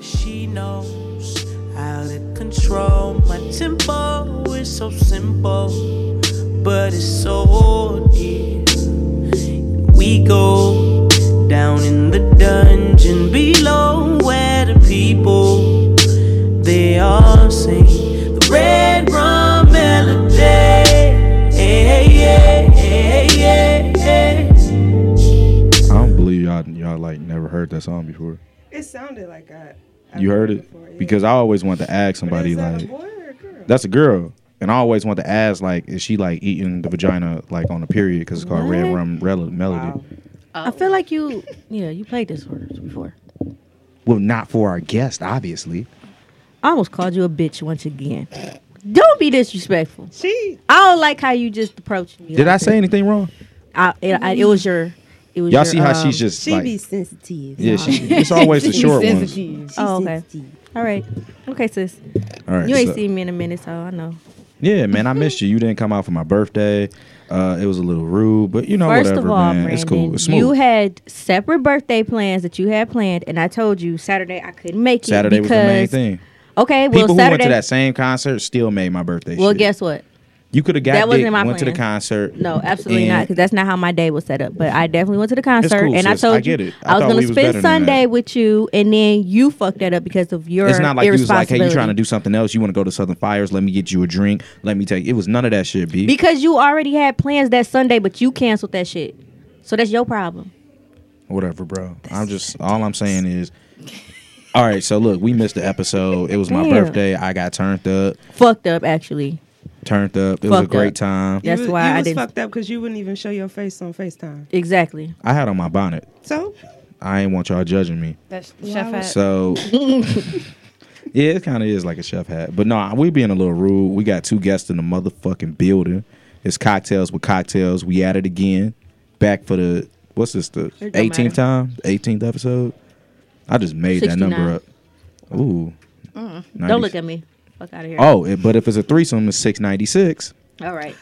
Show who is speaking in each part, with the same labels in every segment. Speaker 1: He knows how to control my tempo. It's so simple, but it's so deep. We go down in the dungeon below where the people they all sing the red rum melody. Yeah, yeah, yeah, yeah.
Speaker 2: I don't believe y'all y'all like never heard that song before.
Speaker 3: It sounded like I. I
Speaker 2: You heard it
Speaker 3: before, yeah.
Speaker 2: because I always want to ask
Speaker 3: But
Speaker 2: somebody
Speaker 3: is that
Speaker 2: like
Speaker 3: a boy or a girl?
Speaker 2: that's a girl, and I always want to ask like is she like eating the vagina like on a period because it's called Red
Speaker 4: What?
Speaker 2: Rum Rel- Melody.
Speaker 3: Wow.
Speaker 4: I feel like you, yeah, you played this for us before.
Speaker 2: Well, not for our guest, obviously.
Speaker 4: I almost called you a bitch once again. Don't be disrespectful.
Speaker 3: She
Speaker 4: I don't like how you just approached me.
Speaker 2: Did
Speaker 4: like
Speaker 2: I say
Speaker 4: that.
Speaker 2: anything wrong?
Speaker 4: I, it, I, it was your. It was
Speaker 2: Y'all
Speaker 4: your,
Speaker 2: see how
Speaker 4: um,
Speaker 2: she's just
Speaker 5: She
Speaker 2: like
Speaker 5: be sensitive.
Speaker 2: yeah, she, it's always the
Speaker 5: She
Speaker 2: short ones.
Speaker 5: sensitive. She
Speaker 4: Oh, okay.
Speaker 5: sensitive.
Speaker 4: All right. Okay, sis.
Speaker 2: All right,
Speaker 4: You ain't
Speaker 2: so-
Speaker 4: seen me in a minute, so I know.
Speaker 2: Yeah, man, I missed you. You didn't come out for my birthday. Uh, it was a little rude, but you know,
Speaker 4: First
Speaker 2: whatever,
Speaker 4: of all,
Speaker 2: man.
Speaker 4: Brandon,
Speaker 2: it's cool. It's smooth.
Speaker 4: you had separate birthday plans that you had planned, and I told you Saturday I couldn't make it.
Speaker 2: Saturday was
Speaker 4: because,
Speaker 2: the main thing.
Speaker 4: Okay, well
Speaker 2: People who went
Speaker 4: Saturday.
Speaker 2: to that same concert still made my birthday.
Speaker 4: well,
Speaker 2: shit.
Speaker 4: guess what?
Speaker 2: you could have got
Speaker 4: that wasn't
Speaker 2: dick,
Speaker 4: my
Speaker 2: went to the
Speaker 4: plan.
Speaker 2: concert.
Speaker 4: No, absolutely not,
Speaker 2: and-
Speaker 4: because that's not how my day was set up. But I definitely went to the concert,
Speaker 2: cool,
Speaker 4: and I
Speaker 2: sis.
Speaker 4: told
Speaker 2: I get
Speaker 4: you
Speaker 2: it. I thought
Speaker 4: was gonna
Speaker 2: we was better
Speaker 4: spend
Speaker 2: than
Speaker 4: Sunday
Speaker 2: that.
Speaker 4: with you, and then you fucked that up because of your.
Speaker 2: It's not like you was like, "Hey, you trying to
Speaker 4: irresponsibility.
Speaker 2: do something else? You want to go to Southern Fires? Let me get you a drink. Let me take." It was none of that shit, b.
Speaker 4: Because you already had plans that Sunday, but you canceled that shit. So that's your problem.
Speaker 2: Whatever, bro. I'm just all I'm saying is, all right. So look, we missed the episode. It was my
Speaker 4: Damn.
Speaker 2: birthday. I got turned up,
Speaker 4: Fucked up, actually.
Speaker 2: turned up. It was a
Speaker 4: Fucked
Speaker 2: great
Speaker 4: up.
Speaker 2: time.
Speaker 4: That's
Speaker 3: you, was-
Speaker 4: why
Speaker 3: you
Speaker 4: I
Speaker 3: was
Speaker 4: didn't.
Speaker 3: fucked up because you wouldn't even show your face on Facetime.
Speaker 4: Exactly.
Speaker 2: I had on my bonnet.
Speaker 3: So
Speaker 2: I ain't want y'all judging me.
Speaker 6: That's chef hat.
Speaker 2: So yeah, it kind of is like a chef hat. But no, we being a little rude. We got two guests in the motherfucking building. It's cocktails with cocktails. We at it again. Back for the what's this the
Speaker 6: It don't
Speaker 2: eighteenth
Speaker 6: matter.
Speaker 2: time, eighteenth episode. I just made that
Speaker 4: 69.
Speaker 2: number up. Ooh,
Speaker 3: Mm.
Speaker 4: Don't look at me. Fuck out of here.
Speaker 2: Oh, it- but if it's a threesome, it's six ninety six.
Speaker 4: All right.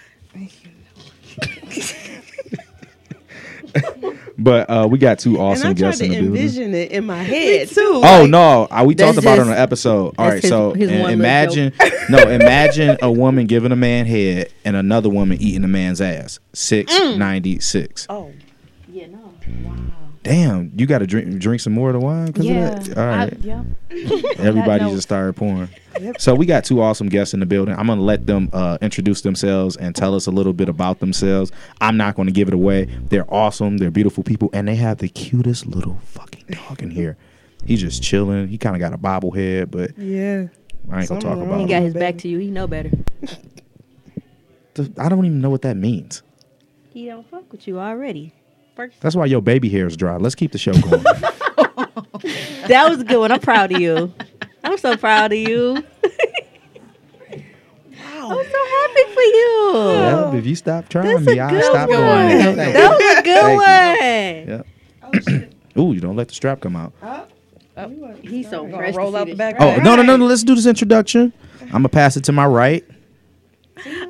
Speaker 2: But uh, we got two awesome
Speaker 3: and I tried
Speaker 2: guests
Speaker 3: to
Speaker 2: in the building.
Speaker 3: envision it in my head too.
Speaker 2: Oh
Speaker 3: like,
Speaker 2: no, I, we
Speaker 4: That's
Speaker 2: talked about it on
Speaker 4: just-
Speaker 2: an episode. All
Speaker 4: that's
Speaker 2: right,
Speaker 4: his-
Speaker 2: so
Speaker 4: his
Speaker 2: and
Speaker 4: one little
Speaker 2: imagine no, imagine a woman giving a man head and another woman eating a man's ass. Six
Speaker 4: Mm.
Speaker 2: ninety six.
Speaker 3: Oh,
Speaker 4: Yeah, no.
Speaker 2: Damn, you got to drink drink some more of the wine. 'cause
Speaker 6: yeah.
Speaker 2: Of that? All right,
Speaker 6: I, yeah.
Speaker 2: everybody
Speaker 6: note-
Speaker 2: just started pouring. So we got two awesome guests in the building. I'm gonna let them uh, introduce themselves and tell us a little bit about themselves. I'm not gonna give it away. They're awesome. They're beautiful people, and they have the cutest little fucking dog in here. He's just chilling. He kind of got a bobblehead, but
Speaker 3: yeah.
Speaker 2: I ain't gonna
Speaker 3: Something
Speaker 2: talk
Speaker 3: wrong.
Speaker 2: about
Speaker 4: He
Speaker 2: it.
Speaker 4: got his back
Speaker 3: Baby.
Speaker 4: to you. He know better.
Speaker 2: Th- I don't even know what that means.
Speaker 4: He don't fuck with you already.
Speaker 2: That's why your baby hair is dry. Let's keep the show going.
Speaker 4: That was a good one. I'm proud of you. I'm so proud of you. I'm so happy for you.
Speaker 2: Yep, if you stop trying
Speaker 4: That's
Speaker 2: me,
Speaker 4: a
Speaker 2: I'll
Speaker 4: good
Speaker 2: stop
Speaker 4: one.
Speaker 2: going. Thank
Speaker 4: That was a good
Speaker 2: Thank
Speaker 4: one.
Speaker 2: you. Ooh, you don't let the strap come out.
Speaker 4: He's so
Speaker 6: Gonna
Speaker 4: fresh. to
Speaker 6: roll
Speaker 4: see
Speaker 6: out
Speaker 4: this
Speaker 6: the back.
Speaker 2: Oh, no, no, no, no. Let's do this introduction. I'm going to pass it to my right.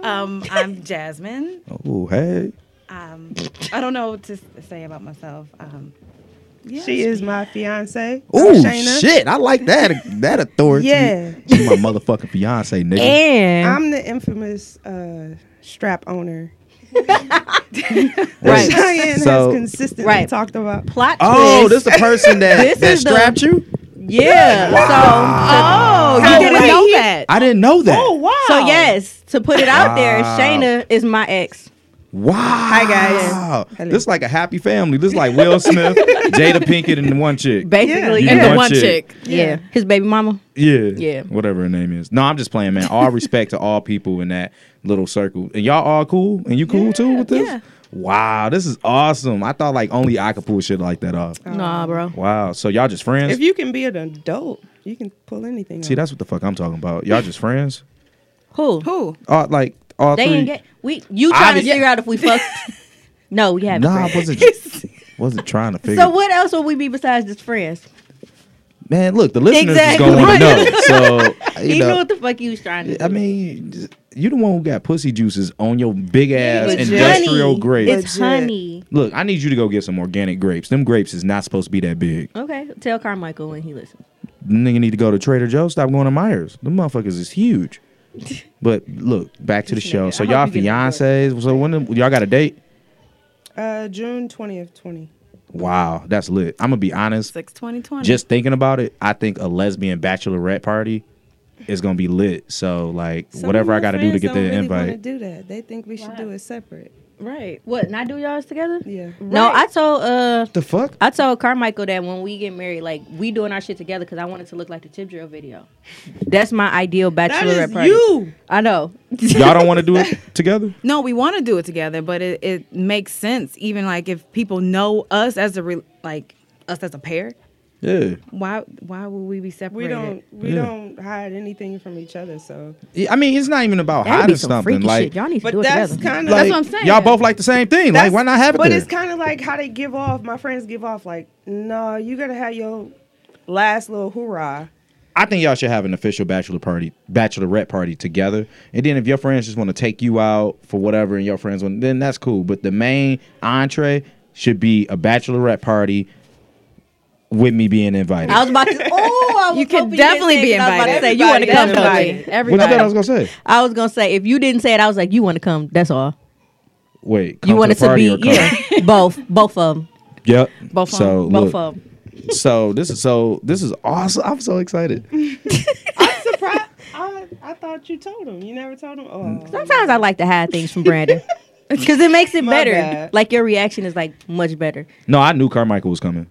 Speaker 6: Um, I'm Jasmine.
Speaker 2: Oh, hey.
Speaker 6: Um, I don't know what to s- say about myself. Um, yeah.
Speaker 3: She is my fiance.
Speaker 2: Ooh,
Speaker 3: Shayna.
Speaker 2: shit. I like that that authority.
Speaker 3: Yeah.
Speaker 2: She's my motherfucking fiance, nigga.
Speaker 4: And
Speaker 3: I'm the infamous uh, strap owner.
Speaker 2: Wait,
Speaker 3: Cheyenne
Speaker 2: so-
Speaker 3: has consistently
Speaker 4: Right.
Speaker 3: talked about.
Speaker 4: plot
Speaker 2: Oh, this
Speaker 4: twist.
Speaker 2: the person that,
Speaker 4: This
Speaker 2: that
Speaker 4: is the-
Speaker 2: strapped you?
Speaker 4: yeah. So,
Speaker 6: Oh,
Speaker 4: you didn't
Speaker 6: wait.
Speaker 4: know that.
Speaker 2: I didn't know that.
Speaker 3: Oh wow!
Speaker 4: So yes, to put it out there,
Speaker 2: Wow.
Speaker 4: Shayna is my ex.
Speaker 2: Wow. Hi, guys. This is like a happy family. This is like Will Smith, Jada Pinkett, and the one chick.
Speaker 4: Basically,
Speaker 2: You
Speaker 4: yeah.
Speaker 6: and the
Speaker 2: one
Speaker 6: one
Speaker 2: chick.
Speaker 6: chick.
Speaker 4: Yeah. his baby mama.
Speaker 2: Yeah.
Speaker 4: Yeah.
Speaker 2: Whatever her name is. No, I'm just playing, man. All respect to all people in that little circle. And y'all all cool? And you cool too with this?
Speaker 4: yeah.
Speaker 2: Wow, this is awesome. I thought like only I could pull shit like that off.
Speaker 4: Nah, bro.
Speaker 2: Wow. So y'all just friends?
Speaker 3: If you can be an adult, you can pull anything.
Speaker 2: See,
Speaker 3: off.
Speaker 2: that's what the fuck I'm talking about. Y'all just friends?
Speaker 4: Who?
Speaker 6: Who?
Speaker 2: All like all
Speaker 4: They
Speaker 2: three.
Speaker 4: ain't get. We you trying to
Speaker 2: Obvi-
Speaker 4: figure out if we fucked? no, we haven't.
Speaker 2: nah, I
Speaker 4: friends.
Speaker 2: wasn't wasn't trying to figure
Speaker 4: So what else would we be besides just friends?
Speaker 2: Man, look, the listeners
Speaker 4: Exactly.
Speaker 2: is gonna want to know. So you
Speaker 4: He
Speaker 2: know,
Speaker 4: knew what the fuck he was trying to do.
Speaker 2: I mean, you the one who got pussy juices on your big ass
Speaker 4: But
Speaker 3: legit.
Speaker 2: industrial
Speaker 4: honey,
Speaker 2: grapes.
Speaker 4: It's
Speaker 3: Legit.
Speaker 4: honey.
Speaker 2: Look, I need you to go get some organic grapes. Them grapes is not supposed to be that big.
Speaker 4: Okay, tell Carmichael when he listens.
Speaker 2: Nigga need to go to Trader Joe's. Stop going to Myers. The motherfuckers is huge. But look, back to the
Speaker 6: This
Speaker 2: show.
Speaker 6: nigga.
Speaker 2: So
Speaker 6: I
Speaker 2: y'all
Speaker 6: hope you get the
Speaker 2: fiancés. So when the- y'all got a date?
Speaker 3: Uh, June twentieth, twenty.
Speaker 2: Wow, that's lit. I'm gonna be honest.
Speaker 6: Six twenty twenty.
Speaker 2: Just thinking about it, I think a lesbian bachelorette party is gonna be lit. So like
Speaker 3: Some
Speaker 2: whatever
Speaker 3: of
Speaker 2: I
Speaker 3: my
Speaker 2: gotta do to
Speaker 3: friends
Speaker 2: get the
Speaker 3: don't really wanna
Speaker 2: invite.
Speaker 3: do that. They think we should do it separate.
Speaker 6: right.
Speaker 4: What? Not do y'all's together?
Speaker 3: Yeah.
Speaker 4: No, I told uh,
Speaker 2: The fuck?
Speaker 4: I told Carmichael that when we get married, like we doing our shit together because I want it to look like the Chip Drill video. That's my ideal
Speaker 3: That
Speaker 4: bachelorette
Speaker 3: is
Speaker 4: party.
Speaker 3: you.
Speaker 4: I know.
Speaker 2: y'all don't want to do it together?
Speaker 6: No, we want to do it together, but it, it makes sense. Even like if people know us as a re- like us as a pair,
Speaker 2: Yeah.
Speaker 6: why why would we be
Speaker 3: We
Speaker 6: separated?
Speaker 3: don't we
Speaker 2: Yeah.
Speaker 3: don't hide anything from each other, so
Speaker 2: Yeah, I mean, it's not even about
Speaker 4: That'd
Speaker 2: hiding
Speaker 4: be some
Speaker 2: something.
Speaker 4: freaky
Speaker 2: Like,
Speaker 4: shit. Y'all need to
Speaker 3: but
Speaker 4: do it
Speaker 3: that's
Speaker 4: together.
Speaker 3: kind of
Speaker 2: like
Speaker 6: what I'm saying.
Speaker 2: y'all both like the same thing. Like, why not have it
Speaker 3: But
Speaker 2: there?
Speaker 3: it's kind of like how they give off. My friends give off like, no, you gotta have your last little hoorah.
Speaker 2: I think y'all should have an official bachelor party, bachelorette party together. And then if your friends just want to take you out for whatever, and your friends want, then that's cool. But the main entree should be a bachelorette party with me being invited.
Speaker 4: I was about to. Oh, I was
Speaker 6: You can
Speaker 4: hoping
Speaker 6: definitely
Speaker 4: didn't
Speaker 6: be
Speaker 4: say it, 'cause I was about to say you want
Speaker 6: invited.
Speaker 4: to come,
Speaker 6: Everybody,
Speaker 4: Tony.
Speaker 2: what you
Speaker 6: everybody.
Speaker 2: thought I was gonna say?
Speaker 4: I was gonna say if you didn't say it, I was like you want to come. That's all.
Speaker 2: Wait,
Speaker 4: You
Speaker 2: come
Speaker 4: want
Speaker 2: to
Speaker 4: it
Speaker 2: the
Speaker 4: to
Speaker 2: party
Speaker 4: be
Speaker 2: or come?
Speaker 4: yeah, both both of them,
Speaker 2: Yep.
Speaker 6: Both of 'em.
Speaker 2: so,
Speaker 4: both
Speaker 2: look,
Speaker 4: of them.
Speaker 2: So this is so this is awesome. I'm so excited.
Speaker 3: I'm surprised. I, I thought you told him. You never told him.
Speaker 2: Mm.
Speaker 3: Oh,
Speaker 4: Sometimes I like to hide things from Brandon because it makes it
Speaker 3: My
Speaker 4: better.
Speaker 3: bad.
Speaker 4: Like your reaction is like much better.
Speaker 2: No, I knew Carmichael was coming.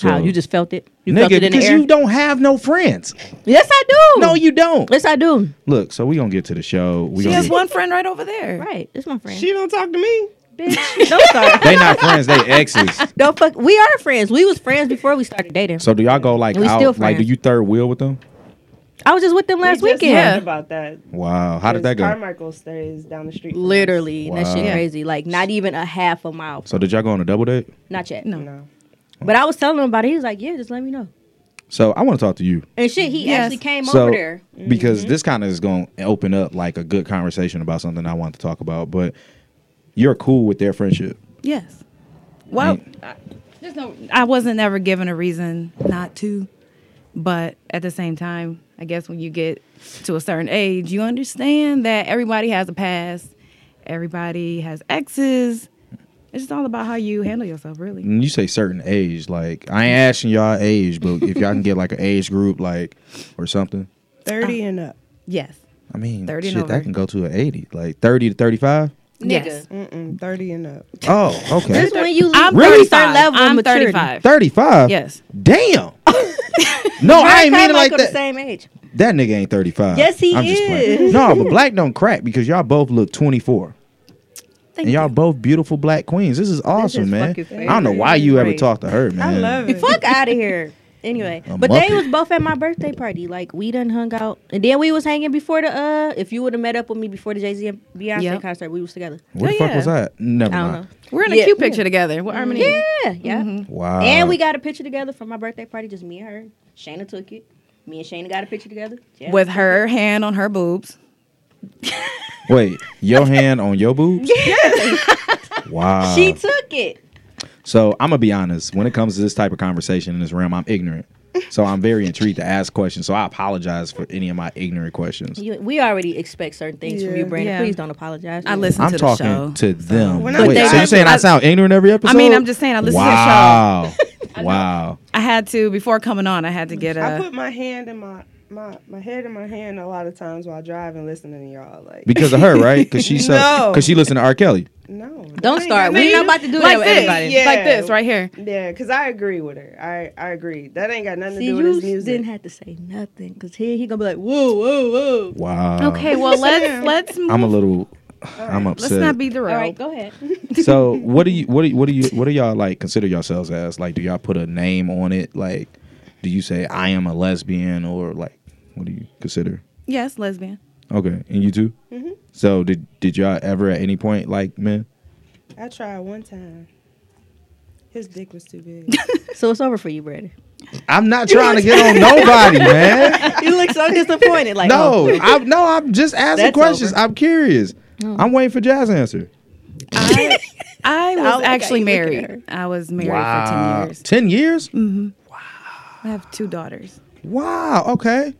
Speaker 4: How
Speaker 2: So-
Speaker 4: you just felt it? You felt
Speaker 2: Nigga,
Speaker 4: it in the
Speaker 2: because
Speaker 4: air.
Speaker 2: you don't have no friends.
Speaker 4: yes, I do.
Speaker 2: No, you don't.
Speaker 4: Yes, I do.
Speaker 2: Look, so we gonna get to the show. We
Speaker 6: She
Speaker 2: gonna
Speaker 6: has
Speaker 2: get,
Speaker 6: one friend right over there.
Speaker 4: Right, it's my friend.
Speaker 3: she don't talk to me.
Speaker 4: Bitch, don't start.
Speaker 2: they not friends. They exes.
Speaker 4: Don't fuck. We are friends. We was friends before we started dating.
Speaker 2: So do y'all go like
Speaker 4: We
Speaker 2: out?
Speaker 4: still
Speaker 2: like, do
Speaker 4: friends.
Speaker 2: you third wheel with them?
Speaker 4: I was just with them last
Speaker 3: We just
Speaker 4: weekend.
Speaker 3: learned about that.
Speaker 2: Wow, how did that go?
Speaker 3: Carmichael stays down the street. from us.
Speaker 4: Literally, and that shit
Speaker 2: Wow.
Speaker 4: crazy. Like not even a half a mile.
Speaker 2: so did y'all go on a double date?
Speaker 4: Not yet.
Speaker 6: No.
Speaker 3: No.
Speaker 4: But I was telling him about it. He was like, "Yeah, just let me know."
Speaker 2: So I want to talk to you.
Speaker 4: And shit, he
Speaker 6: Yes.
Speaker 4: actually came
Speaker 2: so
Speaker 4: over there.
Speaker 2: because this kind of is gonna open up like a good conversation about something I want to talk about. But you're cool with their friendship.
Speaker 6: Yes. Well, I, there's no. I wasn't ever given a reason not to, but at the same time, I guess when you get to a certain age, you understand that everybody has a past, everybody has exes. It's just all about how you handle yourself, really.
Speaker 2: And you say certain age, like I ain't asking y'all age, but if y'all can get like an age group, like or something.
Speaker 3: Thirty and up.
Speaker 6: Yes.
Speaker 2: I mean,
Speaker 6: 30 and
Speaker 2: shit, that
Speaker 6: over.
Speaker 2: can go to an eighty, like thirty to thirty-five.
Speaker 4: Nigga.
Speaker 6: Yes.
Speaker 3: Mm-mm, Thirty and up.
Speaker 2: Oh, okay.
Speaker 4: This is when you
Speaker 6: I'm
Speaker 4: reach
Speaker 2: Really?
Speaker 4: a
Speaker 6: 35.
Speaker 4: certain level of
Speaker 6: I'm
Speaker 4: maturity.
Speaker 6: 35.
Speaker 2: 35?
Speaker 6: Yes.
Speaker 2: Damn. no, I ain't mean it like
Speaker 4: Carmichael
Speaker 2: that.
Speaker 4: The same age.
Speaker 2: That nigga ain't 35.
Speaker 4: Yes, he
Speaker 2: playing.
Speaker 4: is.
Speaker 2: no, but black don't crack because y'all both look 24.
Speaker 6: Thank
Speaker 2: and y'all
Speaker 6: you.
Speaker 2: both beautiful black queens. This is awesome,
Speaker 4: is
Speaker 2: man.
Speaker 4: fucking
Speaker 2: I don't know why you ever
Speaker 4: great.
Speaker 2: talked to her, man.
Speaker 3: I love it.
Speaker 4: Fuck out of here. Anyway,
Speaker 2: A
Speaker 4: but
Speaker 2: Muppet.
Speaker 4: they was both at my birthday party. Like we done hung out, and then we was hanging before the. uh If you would have met up with me before the Jay Z and Beyonce
Speaker 6: Yep.
Speaker 4: concert, we was together.
Speaker 2: Where the
Speaker 6: Oh,
Speaker 2: fuck
Speaker 6: yeah.
Speaker 2: was I? at? Never
Speaker 4: I don't
Speaker 2: mind.
Speaker 6: We're in a
Speaker 4: Yeah.
Speaker 6: cute picture together. What Harmony?
Speaker 4: Yeah, yeah.
Speaker 2: Wow.
Speaker 4: And we got a picture together from my birthday party. Just me and her. Shayna took it. Me and Shayna got a picture together. Yeah.
Speaker 6: With her hand on her boobs.
Speaker 2: Wait, your hand on your boobs? Wow.
Speaker 4: she took it.
Speaker 2: So I'm gonna be honest. When it comes to this type of conversation in this realm, I'm ignorant. So I'm very intrigued to ask questions. So I apologize for any of my ignorant questions.
Speaker 4: You, we already expect certain things from
Speaker 3: Yeah.
Speaker 4: you, Brandon.
Speaker 6: Yeah.
Speaker 4: Please don't apologize.
Speaker 6: I listen
Speaker 2: I'm
Speaker 6: to
Speaker 2: talking
Speaker 6: the show.
Speaker 2: to them.
Speaker 3: When
Speaker 2: Wait,
Speaker 3: I
Speaker 2: so
Speaker 3: die-
Speaker 2: you're saying I,
Speaker 6: I-
Speaker 2: sound ignorant every episode?
Speaker 6: I'm just saying, I listen to the show.
Speaker 2: wow. show. Wow.
Speaker 6: I had to before coming on. I had to get
Speaker 3: I
Speaker 6: a.
Speaker 3: put my hand in my my my head in my hand a lot of times while driving, listening to y'all. Like
Speaker 2: Because of her, right? Because she's
Speaker 3: No.
Speaker 2: because she listened to R. Kelly.
Speaker 3: no, I
Speaker 4: Don't
Speaker 3: ain't got
Speaker 4: start. We're not
Speaker 3: nothing-
Speaker 4: about to do
Speaker 6: like
Speaker 4: that with
Speaker 6: this,
Speaker 4: everybody.
Speaker 3: Yeah.
Speaker 6: like this right here.
Speaker 3: Yeah, because I agree with her. I I agree. That ain't got nothing
Speaker 4: See,
Speaker 3: to do
Speaker 4: you
Speaker 3: with his music.
Speaker 4: didn't have to say nothing because here he gonna be like, whoa, whoa, whoa.
Speaker 2: Wow.
Speaker 6: Okay, well let's let's move.
Speaker 2: I'm a little I'm upset.
Speaker 6: let's not be the
Speaker 4: All right,
Speaker 6: road.
Speaker 4: go ahead.
Speaker 2: so what do you what do you, what do you what do y'all like consider yourselves as? Like do y'all put a name on it? Like do you say I am a lesbian or like what do you consider?
Speaker 6: yes, lesbian.
Speaker 2: Okay, and you too.
Speaker 4: Mm-hmm.
Speaker 2: So did did y'all ever at any point like men?
Speaker 3: I tried one time. His dick was too big.
Speaker 4: So it's over for you, Brandon.
Speaker 2: I'm not trying to get on nobody, man.
Speaker 4: You look so disappointed. Like, oh,
Speaker 2: No, I'm no, I'm just asking
Speaker 4: That's
Speaker 2: questions.
Speaker 4: over. Oh.
Speaker 2: I'm curious. I'm waiting for Jazz answer.
Speaker 6: I, I was
Speaker 4: look at
Speaker 6: actually
Speaker 4: you, look at
Speaker 6: married. I was married for ten years.
Speaker 2: Ten years?
Speaker 6: I have two daughters.
Speaker 2: Wow. Okay.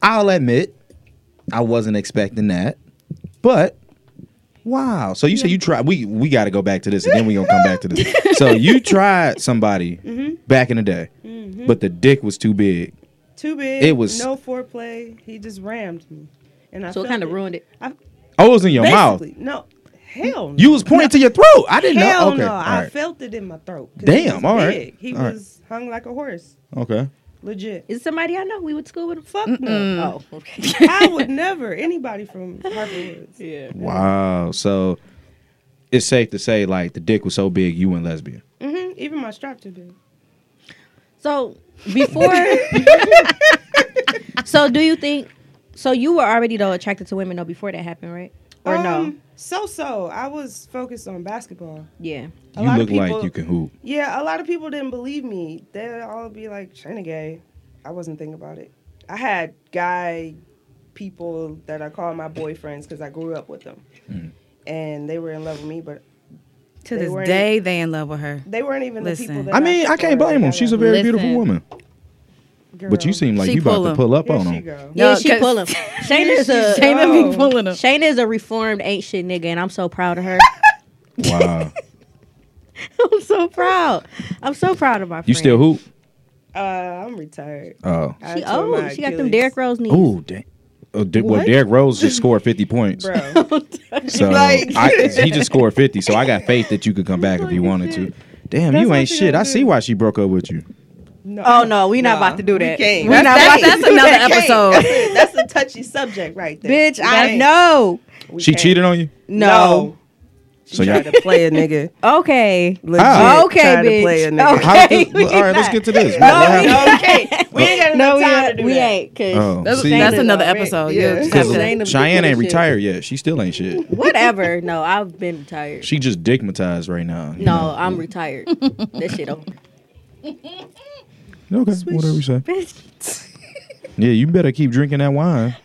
Speaker 2: I'll admit, I wasn't expecting that, but wow. So you say you tried. We we got to go back to this, and then we gonna come back to this. so you tried somebody
Speaker 4: Mm-hmm.
Speaker 2: back in the day, but the dick was too big.
Speaker 3: Too big.
Speaker 2: It was-
Speaker 3: no foreplay. He just rammed me, and I
Speaker 4: So it
Speaker 3: felt
Speaker 4: kind of ruined it.
Speaker 3: I,
Speaker 2: Oh, it was in your
Speaker 3: basically,
Speaker 2: mouth.
Speaker 3: no. Hell no.
Speaker 2: You was pointing to your throat. I didn't
Speaker 3: Hell
Speaker 2: know. Okay.
Speaker 3: no.
Speaker 2: All
Speaker 3: I
Speaker 2: right.
Speaker 3: felt it in my throat. 'cause
Speaker 2: Damn,
Speaker 3: He was
Speaker 2: all right,
Speaker 3: big. He
Speaker 2: all right.
Speaker 3: was hung like a horse.
Speaker 2: okay.
Speaker 3: Legit.
Speaker 4: Is it somebody I know? We went to school with him.
Speaker 3: Fuck no.
Speaker 4: Oh, okay.
Speaker 3: I would never. Anybody from Harper Woods.
Speaker 4: yeah.
Speaker 2: Wow. So it's safe to say, like, the dick was so big, you went lesbian.
Speaker 3: hmm Even my strap too big.
Speaker 4: So before, so do you think? So you were already though attracted to women though before that happened, right? Or no?
Speaker 3: Um, So so. I was focused on basketball.
Speaker 4: Yeah.
Speaker 3: A
Speaker 2: you
Speaker 3: lot
Speaker 2: look
Speaker 3: of people,
Speaker 2: like you can hoop.
Speaker 3: Yeah, a lot of people didn't believe me. They'd all be like, Shana gay. I wasn't thinking about it. I had guy people that I call my boyfriends because I grew up with them.
Speaker 2: Mm.
Speaker 3: And they were in love with me, but
Speaker 6: To
Speaker 3: They
Speaker 6: this
Speaker 3: weren't- e-,
Speaker 6: day, they in love with her.
Speaker 3: they weren't even the people
Speaker 6: Listen.
Speaker 3: that
Speaker 2: I mean, I can't blame him. She's a very beautiful
Speaker 6: Listen.
Speaker 2: woman.
Speaker 3: girl.
Speaker 2: But you seem like
Speaker 6: She
Speaker 2: you about to
Speaker 6: pulling.
Speaker 2: pull up
Speaker 3: Here
Speaker 2: on
Speaker 3: she
Speaker 2: him.
Speaker 3: go.
Speaker 4: Yeah,
Speaker 6: No,
Speaker 4: she
Speaker 6: 'cause-
Speaker 4: pull him. Shayna is
Speaker 3: she's
Speaker 4: a
Speaker 3: saying-
Speaker 6: Shayna
Speaker 3: Oh.
Speaker 6: be pulling them.
Speaker 4: Shayna is a reformed ain't shit nigga, and I'm so proud of her.
Speaker 2: Wow.
Speaker 4: I'm so proud. I'm so proud of my.
Speaker 2: you
Speaker 4: friend.
Speaker 2: still hoop?
Speaker 3: Uh, I'm retired.
Speaker 2: Oh.
Speaker 3: I
Speaker 4: She
Speaker 3: tore
Speaker 4: old.
Speaker 3: my
Speaker 4: She got them
Speaker 3: Achilles.
Speaker 4: Derrick Rose knees.
Speaker 2: Ooh, dang. Oh, Di- well,
Speaker 3: What?
Speaker 2: Derrick Rose just scored 50 points.
Speaker 3: Bro,
Speaker 2: So
Speaker 3: Like-
Speaker 2: I, he just scored 50. So I got faith that you could come back if you wanted to. Damn,
Speaker 3: That's
Speaker 2: you
Speaker 3: what
Speaker 2: ain't
Speaker 3: she
Speaker 2: shit.
Speaker 3: gonna
Speaker 2: I see
Speaker 3: do.
Speaker 2: why she broke up with you.
Speaker 3: no.
Speaker 4: Oh no, we not
Speaker 3: Nah,
Speaker 4: about to do
Speaker 3: we
Speaker 4: that.
Speaker 3: can't.
Speaker 4: We
Speaker 3: That's-
Speaker 4: not about
Speaker 6: that's-
Speaker 4: to
Speaker 6: that's
Speaker 4: do
Speaker 6: another
Speaker 4: that.
Speaker 6: episode. So-
Speaker 3: that's, a, that's a touchy subject right there.
Speaker 4: Bitch, I
Speaker 3: Right.
Speaker 4: know.
Speaker 3: We
Speaker 2: She
Speaker 3: can't.
Speaker 2: cheated on you?
Speaker 4: No.
Speaker 3: She
Speaker 2: So y'all-
Speaker 3: tried to play a nigga.
Speaker 4: Okay.
Speaker 3: Legit.
Speaker 2: How?
Speaker 4: Oh, Okay,
Speaker 3: tried
Speaker 4: bitch.
Speaker 3: To play a nigga.
Speaker 4: Okay.
Speaker 2: How did this-
Speaker 4: we
Speaker 2: all right, let's
Speaker 4: not.
Speaker 2: get to this. What-
Speaker 3: No,
Speaker 2: what
Speaker 3: we,
Speaker 2: happened?
Speaker 3: no, we can't. We ain't got enough time
Speaker 4: we,
Speaker 3: to
Speaker 4: ain't-
Speaker 3: do
Speaker 4: we
Speaker 3: that.
Speaker 4: ain't. Cause
Speaker 2: Oh,
Speaker 6: That's,
Speaker 2: see,
Speaker 6: that's
Speaker 4: Shayna-
Speaker 6: another
Speaker 3: already.
Speaker 6: episode.
Speaker 3: Yeah.
Speaker 6: You'll just have
Speaker 2: Because
Speaker 4: Cause
Speaker 6: to-
Speaker 4: Shayna be
Speaker 2: Cheyenne
Speaker 4: doing
Speaker 2: ain't
Speaker 4: shit.
Speaker 2: retired yet. She still ain't shit.
Speaker 4: whatever. No, I've been retired.
Speaker 2: She just digmatized right now. you
Speaker 4: No, I'm retired. that shit over.
Speaker 2: know? Okay, whatever you say.
Speaker 4: Bitch.
Speaker 2: Yeah, you better keep drinking that wine.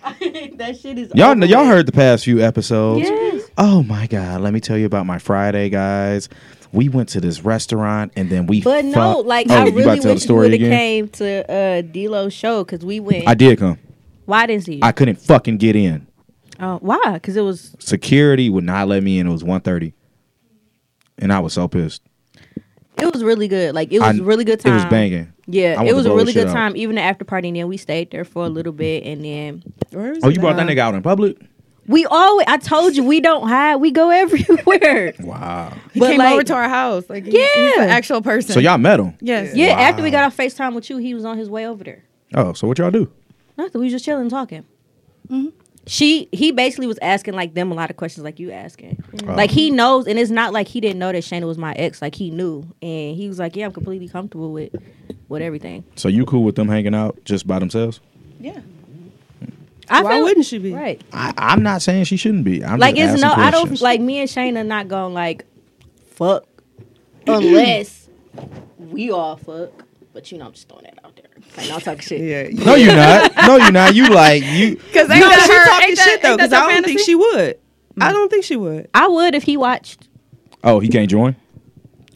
Speaker 4: that shit is
Speaker 2: Y'all,
Speaker 4: over
Speaker 2: y'all
Speaker 4: with.
Speaker 2: heard the past few episodes.
Speaker 4: Yes.
Speaker 2: Oh my God! Let me tell you about my Friday, guys. We went to this restaurant and then we.
Speaker 4: But no,
Speaker 2: fucked-
Speaker 4: like
Speaker 2: Oh,
Speaker 4: I
Speaker 2: you about
Speaker 4: really
Speaker 2: to tell the
Speaker 4: wish you
Speaker 2: story
Speaker 4: would have
Speaker 2: again?
Speaker 4: came to uh D-Lo's show because we went.
Speaker 2: I did come.
Speaker 4: why didn't you?
Speaker 2: I couldn't fucking get in.
Speaker 4: oh, why? Because it was
Speaker 2: Security would not let me in. It was 1.30. and I was so pissed.
Speaker 4: it was really good. Like it was
Speaker 2: I-
Speaker 4: really good time.
Speaker 2: It was banging. I
Speaker 4: Yeah,
Speaker 2: wanted
Speaker 4: it was
Speaker 2: to
Speaker 4: a
Speaker 2: blow
Speaker 4: really
Speaker 2: the shit
Speaker 4: good
Speaker 2: out.
Speaker 4: time. Even the after party, and then we stayed there for a little bit, and then
Speaker 2: Oh, you brought that nigga out in public?
Speaker 4: we always. I told you we don't hide. We go everywhere.
Speaker 2: Wow.
Speaker 6: He
Speaker 4: But
Speaker 6: came
Speaker 4: like-
Speaker 6: over to our house. Like, he- he's
Speaker 4: Yeah.
Speaker 6: an actual person.
Speaker 2: So y'all met him?
Speaker 6: yes.
Speaker 4: Yeah, after we
Speaker 2: Wow.
Speaker 4: got off FaceTime with you, he was on his way over there.
Speaker 2: Oh, so what y'all do?
Speaker 4: Nothing. We was just chilling, and talking.
Speaker 6: Mm-hmm.
Speaker 4: She he basically was asking like them a lot of questions like you asking.
Speaker 2: Mm-hmm.
Speaker 4: Like he knows, and it's not like he didn't know that Shana was my ex. Like he knew, and he was like, "Yeah, I'm completely comfortable with with everything."
Speaker 2: So you cool with them hanging out just by themselves?
Speaker 6: Yeah.
Speaker 4: I
Speaker 3: Why
Speaker 4: feel-
Speaker 3: wouldn't she be?
Speaker 4: right?
Speaker 2: I, I'm not saying she shouldn't be. I'm
Speaker 4: Like
Speaker 2: just
Speaker 4: it's no,
Speaker 2: asking
Speaker 4: I don't
Speaker 2: questions.
Speaker 4: like me and Shayna not going like fuck unless we all fuck. But you know, I'm just throwing that out there. Like, not talking shit.
Speaker 3: Yeah.
Speaker 2: No, you're not. No, you're not. You like you.
Speaker 6: Because
Speaker 3: No, she talking shit though, because I don't think she would.
Speaker 2: Mm.
Speaker 3: I don't think she would.
Speaker 4: I would if he watched.
Speaker 2: Oh, he can't join.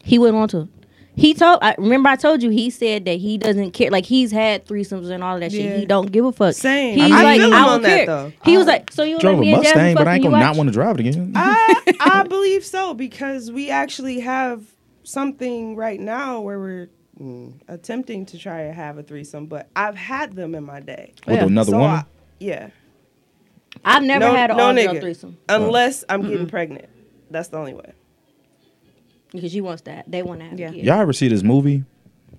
Speaker 4: He wouldn't want to. He told. I remember I told you. He said that he doesn't care. Like he's had threesomes and all of that
Speaker 3: Yeah.
Speaker 4: shit. He don't give a fuck.
Speaker 3: Same.
Speaker 4: He's
Speaker 3: I
Speaker 4: like,
Speaker 3: feel him
Speaker 4: I
Speaker 3: on
Speaker 4: don't
Speaker 3: that,
Speaker 4: care.
Speaker 3: though.
Speaker 4: He was like, so you let
Speaker 2: Drove a
Speaker 4: me and Jasmine
Speaker 2: Mustang, but I ain't
Speaker 4: fucking you
Speaker 2: gonna not
Speaker 4: watch?
Speaker 2: want to drive it again.
Speaker 3: I, I believe so because we actually have something right now where we're mm, attempting to try to have a threesome, but I've had them in my day.
Speaker 2: With
Speaker 4: Yeah.
Speaker 2: another
Speaker 3: So
Speaker 2: woman.
Speaker 3: I- yeah.
Speaker 4: I've never
Speaker 3: no,
Speaker 4: had an
Speaker 3: no
Speaker 4: all girl
Speaker 3: nigga.
Speaker 4: threesome
Speaker 3: Unless I'm getting pregnant. That's the only way.
Speaker 4: because she wants that. They want to have.
Speaker 6: Yeah.
Speaker 4: Yeah.
Speaker 2: Y'all ever see this movie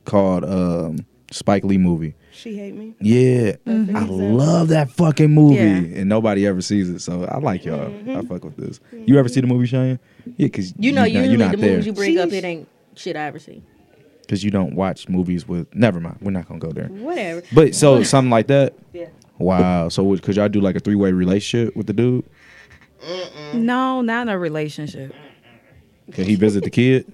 Speaker 2: called um, Spike Lee movie?
Speaker 3: She hate me.
Speaker 2: Yeah,
Speaker 4: Mm-hmm.
Speaker 2: I love that fucking movie,
Speaker 6: Yeah.
Speaker 2: and nobody ever sees it. So I like y'all. I fuck with this. You ever see the movie, Cheyenne? Yeah, cause
Speaker 4: Mm-hmm. You know,
Speaker 2: not-
Speaker 4: usually the movies you bring up,
Speaker 3: Sheesh.
Speaker 4: it ain't shit I ever seen.
Speaker 2: because you don't watch movies with. Never mind, we're not gonna go there.
Speaker 4: Whatever.
Speaker 2: But so something like that.
Speaker 3: Yeah.
Speaker 2: Wow. So would- could y'all do like a three way relationship with the dude?
Speaker 6: No, not in a relationship.
Speaker 2: Could he visit the kid?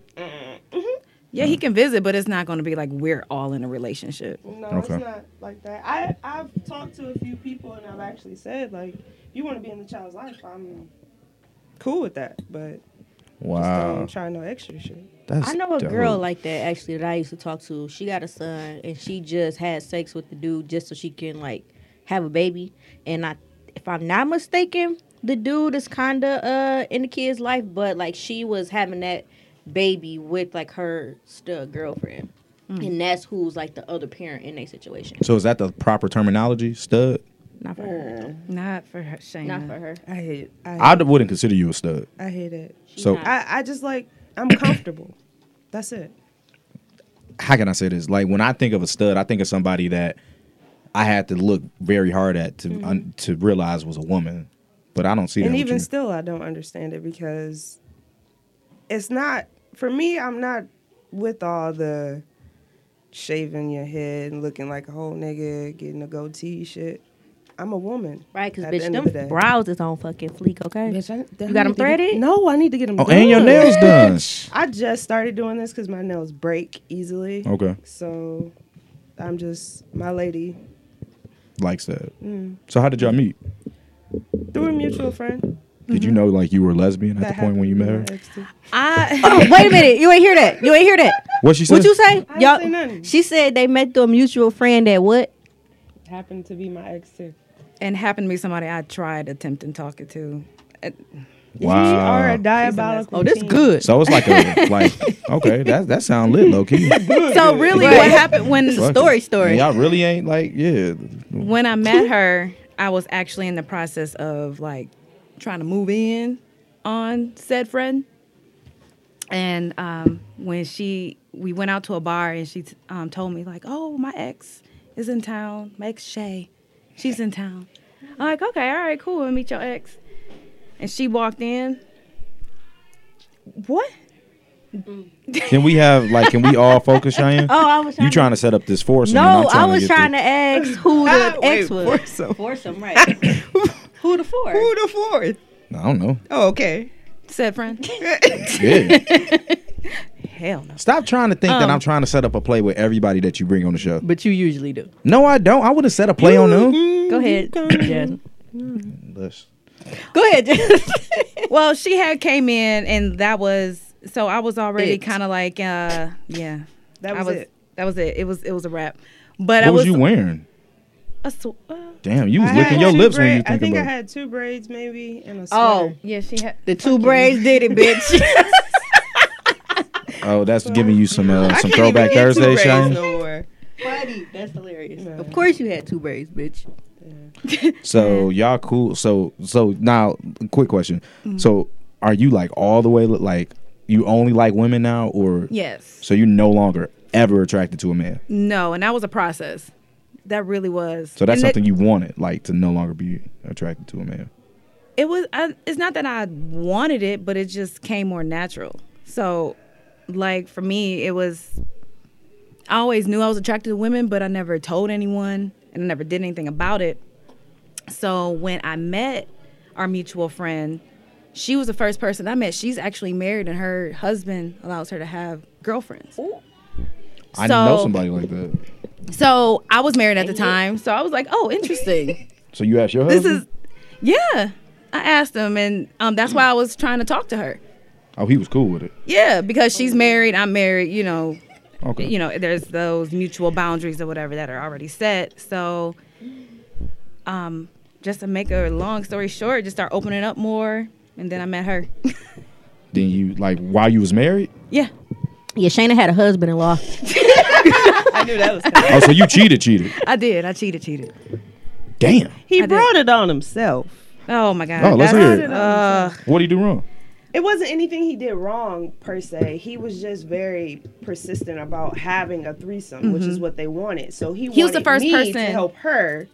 Speaker 6: Yeah,
Speaker 2: Mm.
Speaker 6: he can visit, but it's not going to be like we're all in a relationship.
Speaker 3: No,
Speaker 2: Okay.
Speaker 3: it's not like that. I I've talked to a few people and I've actually said like, you want to be in the child's life, I'm cool with that, but just
Speaker 2: Wow.
Speaker 3: don't try no extra shit.
Speaker 2: That's
Speaker 4: I know a girl
Speaker 2: dope.
Speaker 4: like that actually that I used to talk to. She got a son and she just had sex with the dude just so she can like have a baby. And I, if I'm not mistaken, the dude is kinda uh in the kid's life, but like she was having that baby with like her still girlfriend, and that's who's like the other parent in a situation.
Speaker 2: So is that the proper terminology, stud?
Speaker 4: Not for her.
Speaker 6: Not for her,
Speaker 3: Mm.
Speaker 6: Shayna.
Speaker 4: Not for her.
Speaker 3: I hate it. I hate,
Speaker 2: I d- wouldn't consider you a stud.
Speaker 3: I hate it.
Speaker 4: She's
Speaker 2: So-
Speaker 4: not-
Speaker 3: I, I just like I'm comfortable. That's it.
Speaker 2: How can I say this? Like when I think of a stud, I think of somebody that I had to look very hard at to
Speaker 4: Mm-hmm.
Speaker 2: un- to realize was a woman. But I don't see that.
Speaker 3: and
Speaker 2: with
Speaker 3: even
Speaker 2: you.
Speaker 3: still i don't understand it because it's not for me i'm not with all the shaving your head and looking like a whole nigga getting a goatee shit i'm a woman
Speaker 4: right? Because
Speaker 3: At the
Speaker 4: bitch,
Speaker 3: end of
Speaker 4: them
Speaker 3: the day.
Speaker 4: brows is on fucking fleek. Okay.
Speaker 3: Bitch, I- I
Speaker 4: You
Speaker 3: need
Speaker 4: got 'em
Speaker 3: to get-
Speaker 4: threaded?
Speaker 3: no i need to get them
Speaker 2: oh, and your nails done.
Speaker 3: i just started doing this because my nails break easily
Speaker 2: Okay,
Speaker 3: so i'm just my lady
Speaker 2: like stud.
Speaker 4: Mm.
Speaker 2: So how did y'all meet?
Speaker 3: through a mutual friend
Speaker 2: Did
Speaker 4: Mm-hmm.
Speaker 2: you know like you were lesbian at
Speaker 3: that
Speaker 2: the point when you met her?
Speaker 3: happened to my ex, too.
Speaker 6: I
Speaker 4: Oh, wait a minute. You ain't hear that. You ain't hear that.
Speaker 2: What she said?
Speaker 4: What you say?
Speaker 3: I didn't say nothing.
Speaker 4: she said they met through a mutual friend at what?
Speaker 3: happened to be my ex too
Speaker 6: and happened to be somebody I tried attempting talking to.
Speaker 3: you
Speaker 2: Wow.
Speaker 3: are a diabolical
Speaker 6: Oh, this
Speaker 3: teen.
Speaker 6: good.
Speaker 2: So it's like a like okay that that sound lit low key.
Speaker 6: So really, what happened when
Speaker 2: Story story. Y'all really ain't like yeah.
Speaker 6: when I met her, I was actually in the process of like trying to move in on said friend. And um, when she, we went out to a bar and she t- um, told me like, oh, my ex is in town. My ex Shay, she's in town. I'm like, okay, all right, cool. I'll meet your ex. And she walked in. What?
Speaker 2: Can we have like can we all focus, Cheyenne?
Speaker 4: Oh, I was trying
Speaker 2: You trying to set up this foursome? and
Speaker 4: No,
Speaker 2: I'm
Speaker 4: Oh, I was trying
Speaker 2: get
Speaker 4: to ask who the ex
Speaker 5: Wait,
Speaker 4: was.
Speaker 5: foursome.
Speaker 4: Foursome, right. who the four?
Speaker 5: Who the fourth?
Speaker 2: the- I don't know.
Speaker 5: Oh, okay.
Speaker 6: Said friend.
Speaker 2: Yeah.
Speaker 6: Hell no.
Speaker 2: Stop trying to think that I'm trying to set up a play with everybody that you bring on the show.
Speaker 5: But you usually do.
Speaker 2: No, I don't. I would have set a play on them.
Speaker 4: Go ahead. Jasmine.
Speaker 2: Let's-
Speaker 4: Go ahead. Jasmine.
Speaker 6: Well, she had came in, and that was so. I was already
Speaker 5: It.
Speaker 6: kind of like, uh, yeah.
Speaker 3: That
Speaker 6: I
Speaker 3: was it.
Speaker 6: That was it. It was it was a wrap. But I
Speaker 2: What
Speaker 6: was,
Speaker 2: was you wearing?
Speaker 6: a sw- uh,
Speaker 2: Damn, you was
Speaker 3: I
Speaker 2: licking
Speaker 3: had
Speaker 2: your
Speaker 3: two
Speaker 2: lips
Speaker 3: braid-
Speaker 2: when you
Speaker 3: I
Speaker 2: think,
Speaker 3: think
Speaker 2: about
Speaker 3: I
Speaker 2: it.
Speaker 3: had two braids maybe and a sweater.
Speaker 4: oh,
Speaker 6: yeah. She had.
Speaker 4: the two braids did it, bitch.
Speaker 2: Oh, that's giving you some uh,
Speaker 5: I
Speaker 2: some
Speaker 5: can't
Speaker 2: throwback
Speaker 5: even get two
Speaker 2: Thursday,
Speaker 5: braids
Speaker 2: Cheyenne.
Speaker 5: No more.
Speaker 4: Buddy, that's hilarious.
Speaker 3: Yeah.
Speaker 4: Of course you had two braids, bitch.
Speaker 2: So y'all cool. So so now, quick question.
Speaker 6: Mm-hmm.
Speaker 2: So are you like all the way like you only like women now, or
Speaker 6: Yes. Mm-hmm.
Speaker 2: so you no longer ever attracted to a man?
Speaker 6: No, and that was a process. That really was.
Speaker 2: So that's
Speaker 6: And
Speaker 2: something you wanted, like to no longer be attracted to a man.
Speaker 6: It, it was. I, it's not that I wanted it, but it just came more natural. So, like for me, it was. I always knew I was attracted to women, but I never told anyone, and I never did anything about it. So when I met our mutual friend, she was the first person I met. She's actually married, and her husband allows her to have girlfriends.
Speaker 2: I know
Speaker 6: So-
Speaker 2: somebody like that.
Speaker 6: So I was married at the time. So I was like, oh, interesting.
Speaker 2: So you asked your
Speaker 6: this
Speaker 2: husband?
Speaker 6: is, yeah. I asked him, and um, that's why I was trying to talk to her.
Speaker 2: oh, he was cool with it.
Speaker 6: Yeah, because
Speaker 4: Oh,
Speaker 6: she's married, I'm married. You know,
Speaker 2: Okay.
Speaker 6: you know, there's those mutual boundaries or whatever that are already set. So, um, just to make a long story short, just start opening up more, and then I met her.
Speaker 2: Then you like while you was married?
Speaker 6: yeah,
Speaker 4: Yeah, Shayna had a husband in law.
Speaker 5: I knew that was
Speaker 2: Oh, so you cheated, cheated.
Speaker 6: I did. I cheated, cheated.
Speaker 2: Damn.
Speaker 3: He
Speaker 6: I
Speaker 3: brought it on himself.
Speaker 6: Oh my God.
Speaker 2: Oh, let's
Speaker 6: that's-
Speaker 2: hear it. What did he do wrong?
Speaker 3: It wasn't anything he did wrong per se. He was just very persistent about having a threesome, which is what they wanted. So he,
Speaker 6: He was the
Speaker 3: wanted
Speaker 6: first
Speaker 3: me to
Speaker 6: person.
Speaker 3: help her.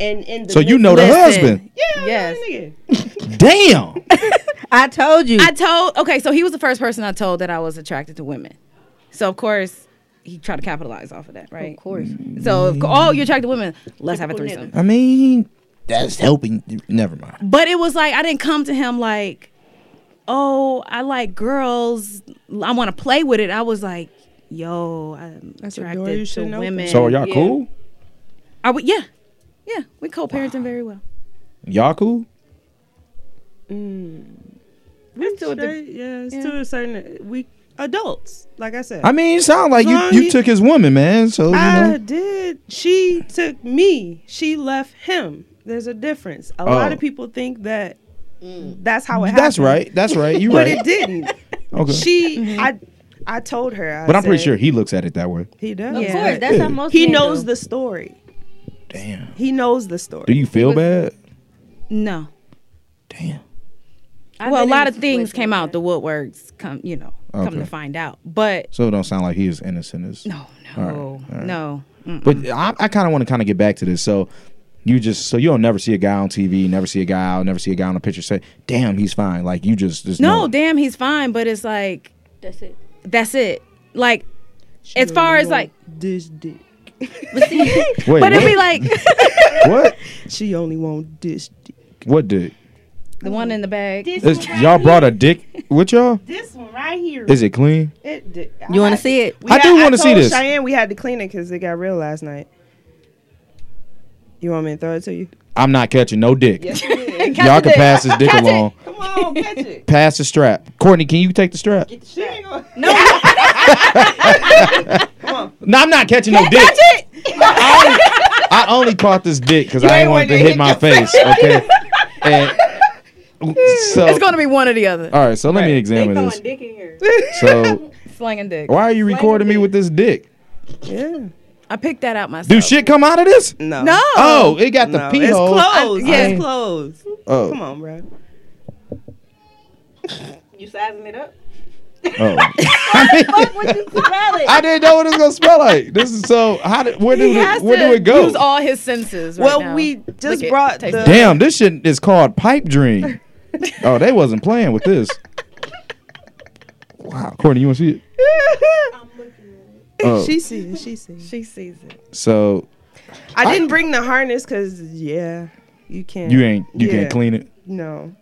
Speaker 3: And in the
Speaker 2: So you
Speaker 3: midst-
Speaker 2: know the
Speaker 6: Listen.
Speaker 2: husband.
Speaker 3: yeah,
Speaker 6: Yes.
Speaker 3: yes, nigga.
Speaker 2: Damn.
Speaker 4: I told you.
Speaker 6: I told okay, so he was the first person I told that I was attracted to women. So of course he tried to capitalize off of that, right?
Speaker 4: of course.
Speaker 6: So of course, oh, you're attracted to women. Let's have a threesome.
Speaker 2: I mean, that's helping. Never mind.
Speaker 6: But it was like I didn't come to him like, oh, I like girls. I want to play with it. I was like, yo, I'm
Speaker 3: a door you
Speaker 6: attracted to
Speaker 3: shouldn't open.
Speaker 6: women.
Speaker 2: So are y'all
Speaker 4: Yeah.
Speaker 2: cool?
Speaker 6: Are we? Yeah, yeah. We co-parenting very well.
Speaker 2: Y'all cool?
Speaker 3: It's to a, yeah, it's to a certain. We adults. Like I said,
Speaker 2: I mean, it sounds like you,
Speaker 3: Long
Speaker 2: you
Speaker 3: you-
Speaker 2: took his woman, man. So you
Speaker 3: I
Speaker 2: know,
Speaker 3: did. She took me. She left him. There's a difference. A lot
Speaker 2: Oh.
Speaker 3: of people think that that's how it happened.
Speaker 2: that's right. That's right. You
Speaker 3: But
Speaker 2: right.
Speaker 3: it didn't.
Speaker 2: Okay.
Speaker 3: She, I, I told her. I
Speaker 2: but I'm pretty
Speaker 3: said-
Speaker 2: sure he looks at it that way.
Speaker 3: he does.
Speaker 4: Of
Speaker 6: Yeah.
Speaker 4: course, that's how
Speaker 2: Yeah.
Speaker 4: most
Speaker 3: He
Speaker 4: men
Speaker 3: knows
Speaker 4: do.
Speaker 3: the story.
Speaker 2: Damn.
Speaker 3: He knows the story.
Speaker 2: Do you feel bad?
Speaker 6: No.
Speaker 2: Damn.
Speaker 4: I've
Speaker 6: well, a
Speaker 4: been
Speaker 6: lot
Speaker 4: in
Speaker 6: of things
Speaker 4: situations
Speaker 6: came
Speaker 4: like
Speaker 6: out the woodworks. Come, you know, come
Speaker 2: Okay.
Speaker 6: to find out. But
Speaker 2: So it don't sound like he is innocent. As,
Speaker 6: no, no,
Speaker 2: All right, all right.
Speaker 6: no. Mm.
Speaker 2: But I, I kind of want to kind of get back to this. So you just so you don't never see a guy on TV, never see a guy out, never see a guy on a picture. Say, damn, he's fine. Like you just, just
Speaker 6: No,
Speaker 2: know.
Speaker 6: damn, he's fine. But it's like
Speaker 4: that. That's it.
Speaker 6: that's it. Like as far as like,
Speaker 3: this dick.
Speaker 2: Wait,
Speaker 6: but
Speaker 2: what?
Speaker 6: it'd be like
Speaker 2: what?
Speaker 3: She only want this dick.
Speaker 2: What dick?
Speaker 6: the one in the bag.
Speaker 2: It's, y'all brought a dick with y'all?
Speaker 3: This one right here.
Speaker 2: Is it clean?
Speaker 3: It did.
Speaker 4: You want
Speaker 3: I-
Speaker 4: to see it?
Speaker 3: we
Speaker 2: I
Speaker 3: had-
Speaker 2: do wanna see
Speaker 3: told
Speaker 2: this.
Speaker 3: Cheyenne, we had to clean it because it got real last night. You want me to throw it to you?
Speaker 2: I'm not catching no dick.
Speaker 3: Come
Speaker 2: y'all can pass this dick
Speaker 6: Catch it.
Speaker 2: along.
Speaker 3: on, catch it.
Speaker 2: Pass the strap. Courtney, can you take the strap?
Speaker 3: She ain't gonna.
Speaker 2: No, I'm not catching no dick. I, only, I only caught this dick because I ain't want it to hit my face. Okay. And so,
Speaker 6: It's gonna be one or the other.
Speaker 2: all right. So let me examine this. So
Speaker 6: Slinging dick.
Speaker 2: why are you recording me with this dick?
Speaker 3: Yeah.
Speaker 6: I picked that out myself.
Speaker 2: Do shit come out of this?
Speaker 3: No.
Speaker 6: No.
Speaker 2: Oh, it got the
Speaker 3: No,
Speaker 2: pee
Speaker 3: it's
Speaker 2: hole.
Speaker 3: closed.
Speaker 6: I- yeah.
Speaker 3: It's closed.
Speaker 2: Oh,
Speaker 3: Come on, bro.
Speaker 4: You sizing it up?
Speaker 2: oh. I didn't know what it was gonna smell like. This is so. How did? Where do?
Speaker 6: He has
Speaker 2: the- Where
Speaker 6: to
Speaker 2: do it go?
Speaker 6: Use all his senses. Right
Speaker 3: well,
Speaker 6: now.
Speaker 3: we
Speaker 6: Lick
Speaker 3: just
Speaker 6: it,
Speaker 3: brought
Speaker 6: taste
Speaker 3: the.
Speaker 2: Damn, this shit is called pipe dream. oh, they wasn't playing with this. Wow, Courtney, you want to see it? Oh,
Speaker 3: She sees. She sees.
Speaker 6: She sees it.
Speaker 2: so
Speaker 3: I didn't bring the harness because yeah, you can't.
Speaker 2: you ain't you
Speaker 3: Yeah.
Speaker 2: can't clean it.
Speaker 3: No. Not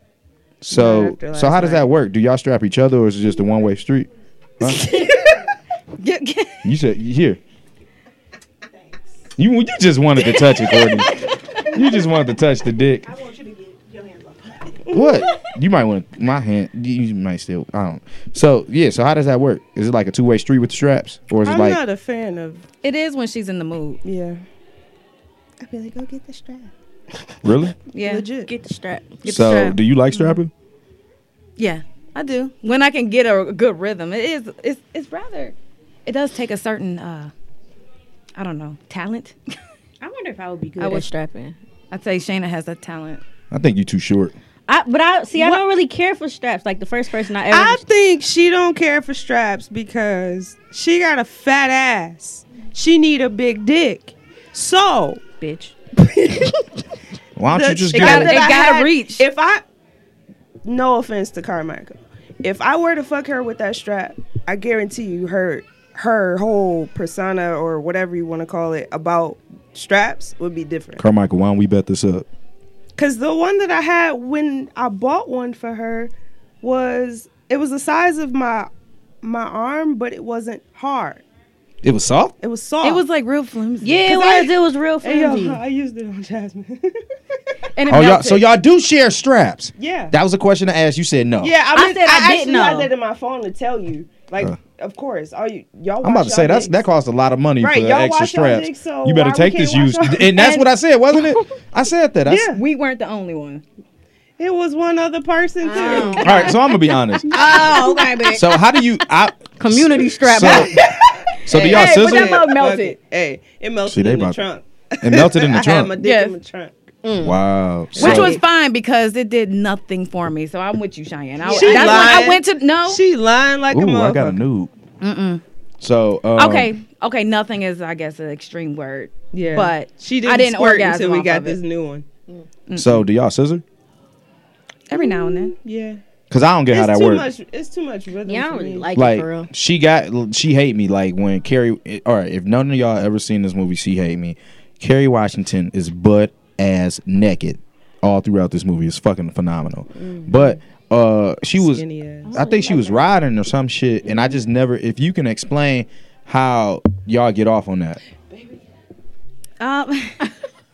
Speaker 2: So
Speaker 3: after
Speaker 2: so
Speaker 3: last
Speaker 2: how does
Speaker 3: night.
Speaker 2: that work? Do y'all strap each other or is it just a one way street? Huh? you said here. You you just wanted to touch it, Courtney. you just wanted to touch the dick. What? You might want my hand. You you might still. I don't. So yeah. So how does that work? Is it like a two way street with the straps, or is it
Speaker 3: I'm
Speaker 2: like
Speaker 3: not a fan of.
Speaker 6: It is when she's in the mood.
Speaker 3: Yeah.
Speaker 5: I'd be like, go get the strap.
Speaker 2: really?
Speaker 6: Yeah.
Speaker 3: Legit.
Speaker 4: Get the strap.
Speaker 6: Get
Speaker 2: so
Speaker 6: the strap.
Speaker 2: do you like strapping?
Speaker 6: Yeah, I do. When I can get a good rhythm, it is. It's. It's rather. It does take a certain. uh I don't know talent.
Speaker 4: I wonder if I would be good
Speaker 6: I would-
Speaker 4: at strapping.
Speaker 6: I'd say Shayna has a talent.
Speaker 2: I think you too short.
Speaker 4: I, but I see. I don't really care for straps. Like the first person I ever.
Speaker 3: I think she don't care for straps because she got a fat ass. She need a big dick. So
Speaker 4: bitch.
Speaker 2: Why don't you just
Speaker 3: the
Speaker 2: get?
Speaker 3: guy
Speaker 6: it-
Speaker 2: a-
Speaker 3: that
Speaker 6: it
Speaker 3: I
Speaker 6: gotta
Speaker 3: had-
Speaker 6: reach.
Speaker 3: If I, no offense to Carmichael, if I were to fuck her with that strap, I guarantee you her her whole persona or whatever you want to call it about straps would be different.
Speaker 2: Carmichael, why don't we bet this up?
Speaker 3: Cause the one that I had when I bought one for her was it was the size of my my arm, but it wasn't hard.
Speaker 2: It was soft.
Speaker 3: It was soft.
Speaker 6: It was like real flimsy.
Speaker 4: Yeah, it
Speaker 3: 'Cause I-
Speaker 4: was. it was real
Speaker 3: Hey, yo,
Speaker 4: flimsy.
Speaker 3: I used it on Jasmine.
Speaker 6: and it
Speaker 2: Oh y'all.
Speaker 6: melted.
Speaker 2: So y'all do share straps.
Speaker 3: yeah.
Speaker 2: That was a question I asked. You said no.
Speaker 3: yeah, I,
Speaker 4: I
Speaker 3: meant-
Speaker 4: said I
Speaker 3: actually
Speaker 4: didn't know.
Speaker 3: had that in my phone to tell you. Like,
Speaker 2: Uh.
Speaker 3: of course, all you y'all.
Speaker 2: I'm about to
Speaker 3: wash
Speaker 2: say
Speaker 3: y'all
Speaker 2: that's
Speaker 3: dicks.
Speaker 2: that costs a lot of money
Speaker 3: Right,
Speaker 2: for
Speaker 3: y'all
Speaker 2: extra
Speaker 3: wash y'all
Speaker 2: straps.
Speaker 3: dicks, so
Speaker 2: you better
Speaker 3: why we
Speaker 2: take
Speaker 3: can't
Speaker 2: this use,
Speaker 3: wash our-
Speaker 2: and that's what I said, wasn't it? I said that. I s-
Speaker 3: Yeah.
Speaker 6: we weren't the only one.
Speaker 3: It was one other person too.
Speaker 2: All right, so I'm gonna be honest.
Speaker 6: Oh, okay, bitch.
Speaker 2: So how do you? I,
Speaker 4: Community strap.
Speaker 2: so, so do y'all
Speaker 6: Hey, but
Speaker 2: sizzle?
Speaker 6: that mug melted.
Speaker 3: Hey, it melted
Speaker 2: See, they
Speaker 3: in the
Speaker 2: about-
Speaker 3: trunk.
Speaker 2: It melted in the
Speaker 3: I had
Speaker 2: trunk.
Speaker 3: my Mm. dick
Speaker 6: Yes.
Speaker 3: in the trunk.
Speaker 2: wow. So,
Speaker 6: Which was fine because it did nothing for me. So I'm with you, Cheyenne. I,
Speaker 3: She
Speaker 6: that's when I
Speaker 3: lying.
Speaker 6: went to no.
Speaker 3: She lying like a
Speaker 2: Ooh,
Speaker 3: motherfucker.
Speaker 2: I got a noob. Mm-mm. So um,
Speaker 6: okay, okay. Nothing is, I guess, an extreme word.
Speaker 3: Oh. Yeah,
Speaker 6: But
Speaker 3: she didn't,
Speaker 6: I didn't
Speaker 3: squirt
Speaker 6: orgasm
Speaker 3: until we
Speaker 6: off
Speaker 3: got
Speaker 6: of
Speaker 3: this
Speaker 6: it.
Speaker 3: new one.
Speaker 2: So do y'all scissor?
Speaker 6: Every now and then.
Speaker 3: Yeah,
Speaker 2: Cause I don't get how that
Speaker 3: it's too
Speaker 2: works.
Speaker 3: much. It's too much rhythm.
Speaker 4: yeah, I
Speaker 3: for
Speaker 4: don't really
Speaker 3: me.
Speaker 4: like, it for real.
Speaker 2: like she got she hate me like when Carrie eh, all right if none of y'all ever seen this movie she hate me Carrie Washington is butt ass naked all throughout this movie it's fucking phenomenal
Speaker 4: Mm.
Speaker 2: but uh she was
Speaker 3: Skinny ass.
Speaker 2: I think she was riding or some shit and I just never if you can explain how y'all get off on that
Speaker 6: Um,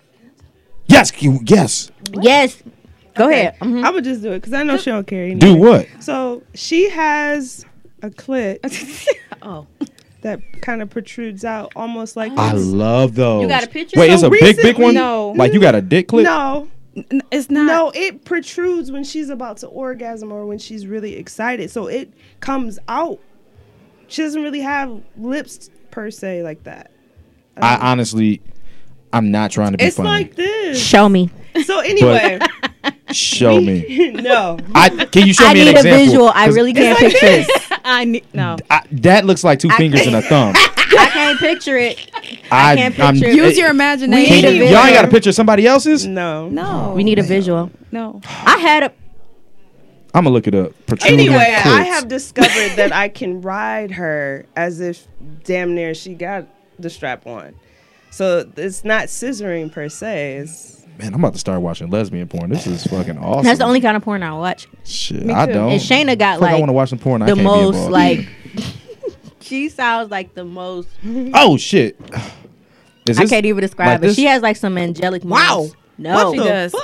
Speaker 2: yes you- yes
Speaker 4: Yes. Go ahead.
Speaker 3: I would just do it because I know she don't care. Anyway.
Speaker 2: do what
Speaker 3: So she has a clit
Speaker 6: oh,
Speaker 3: that kind of protrudes out, almost like
Speaker 2: I love those.
Speaker 4: You got a picture?
Speaker 2: Wait, it's
Speaker 3: So
Speaker 2: a big, big
Speaker 3: recently-
Speaker 2: one.
Speaker 3: No.
Speaker 2: like you got a dick clip.
Speaker 3: no,
Speaker 6: N- it's not.
Speaker 3: no, it protrudes when she's about to orgasm or when she's really excited, so it comes out. She doesn't really have lips per se like that.
Speaker 2: I honestly, I'm not trying to be
Speaker 3: It's
Speaker 2: funny.
Speaker 3: like this.
Speaker 4: Show me.
Speaker 3: So anyway,
Speaker 2: show me.
Speaker 3: no,
Speaker 2: I can you show
Speaker 4: I
Speaker 2: me
Speaker 4: need
Speaker 2: an
Speaker 4: a
Speaker 2: example?
Speaker 4: visual. I
Speaker 2: 'Cause
Speaker 4: really can't picture it.
Speaker 6: I need no.
Speaker 2: I- that looks like two fingers and a thumb.
Speaker 4: I can't picture it.
Speaker 2: I,
Speaker 4: can't
Speaker 2: I'm-
Speaker 4: picture it.
Speaker 6: Use
Speaker 2: it-
Speaker 6: your
Speaker 4: We need
Speaker 6: imagination.
Speaker 4: a
Speaker 2: can you,
Speaker 4: video.
Speaker 2: y'all ain't got a picture of somebody else's.
Speaker 3: no,
Speaker 6: no,
Speaker 4: We need a visual.
Speaker 6: no.
Speaker 4: I had a.
Speaker 2: I'm gonna look it up. Protruding
Speaker 3: Anyway, I
Speaker 2: clits.
Speaker 3: have discovered that I can ride her as if damn near she got the strap on. So it's not scissoring per se. It's,
Speaker 2: Man, I'm about to start watching lesbian porn. This is fucking awesome.
Speaker 4: That's the only kind of porn I watch.
Speaker 2: shit. I
Speaker 3: too.
Speaker 2: don't.
Speaker 4: And Shayna got
Speaker 2: Oh. Fuck, I
Speaker 4: like
Speaker 2: want to watch some porn. I
Speaker 4: the
Speaker 2: can't be
Speaker 4: most
Speaker 2: involved.
Speaker 4: like. she sounds like the most.
Speaker 2: Oh shit. Is
Speaker 4: I
Speaker 2: this-
Speaker 4: can't even describe
Speaker 2: like
Speaker 4: it.
Speaker 2: this-
Speaker 4: She has like some angelic. Moves.
Speaker 3: Wow.
Speaker 4: No.
Speaker 6: She does.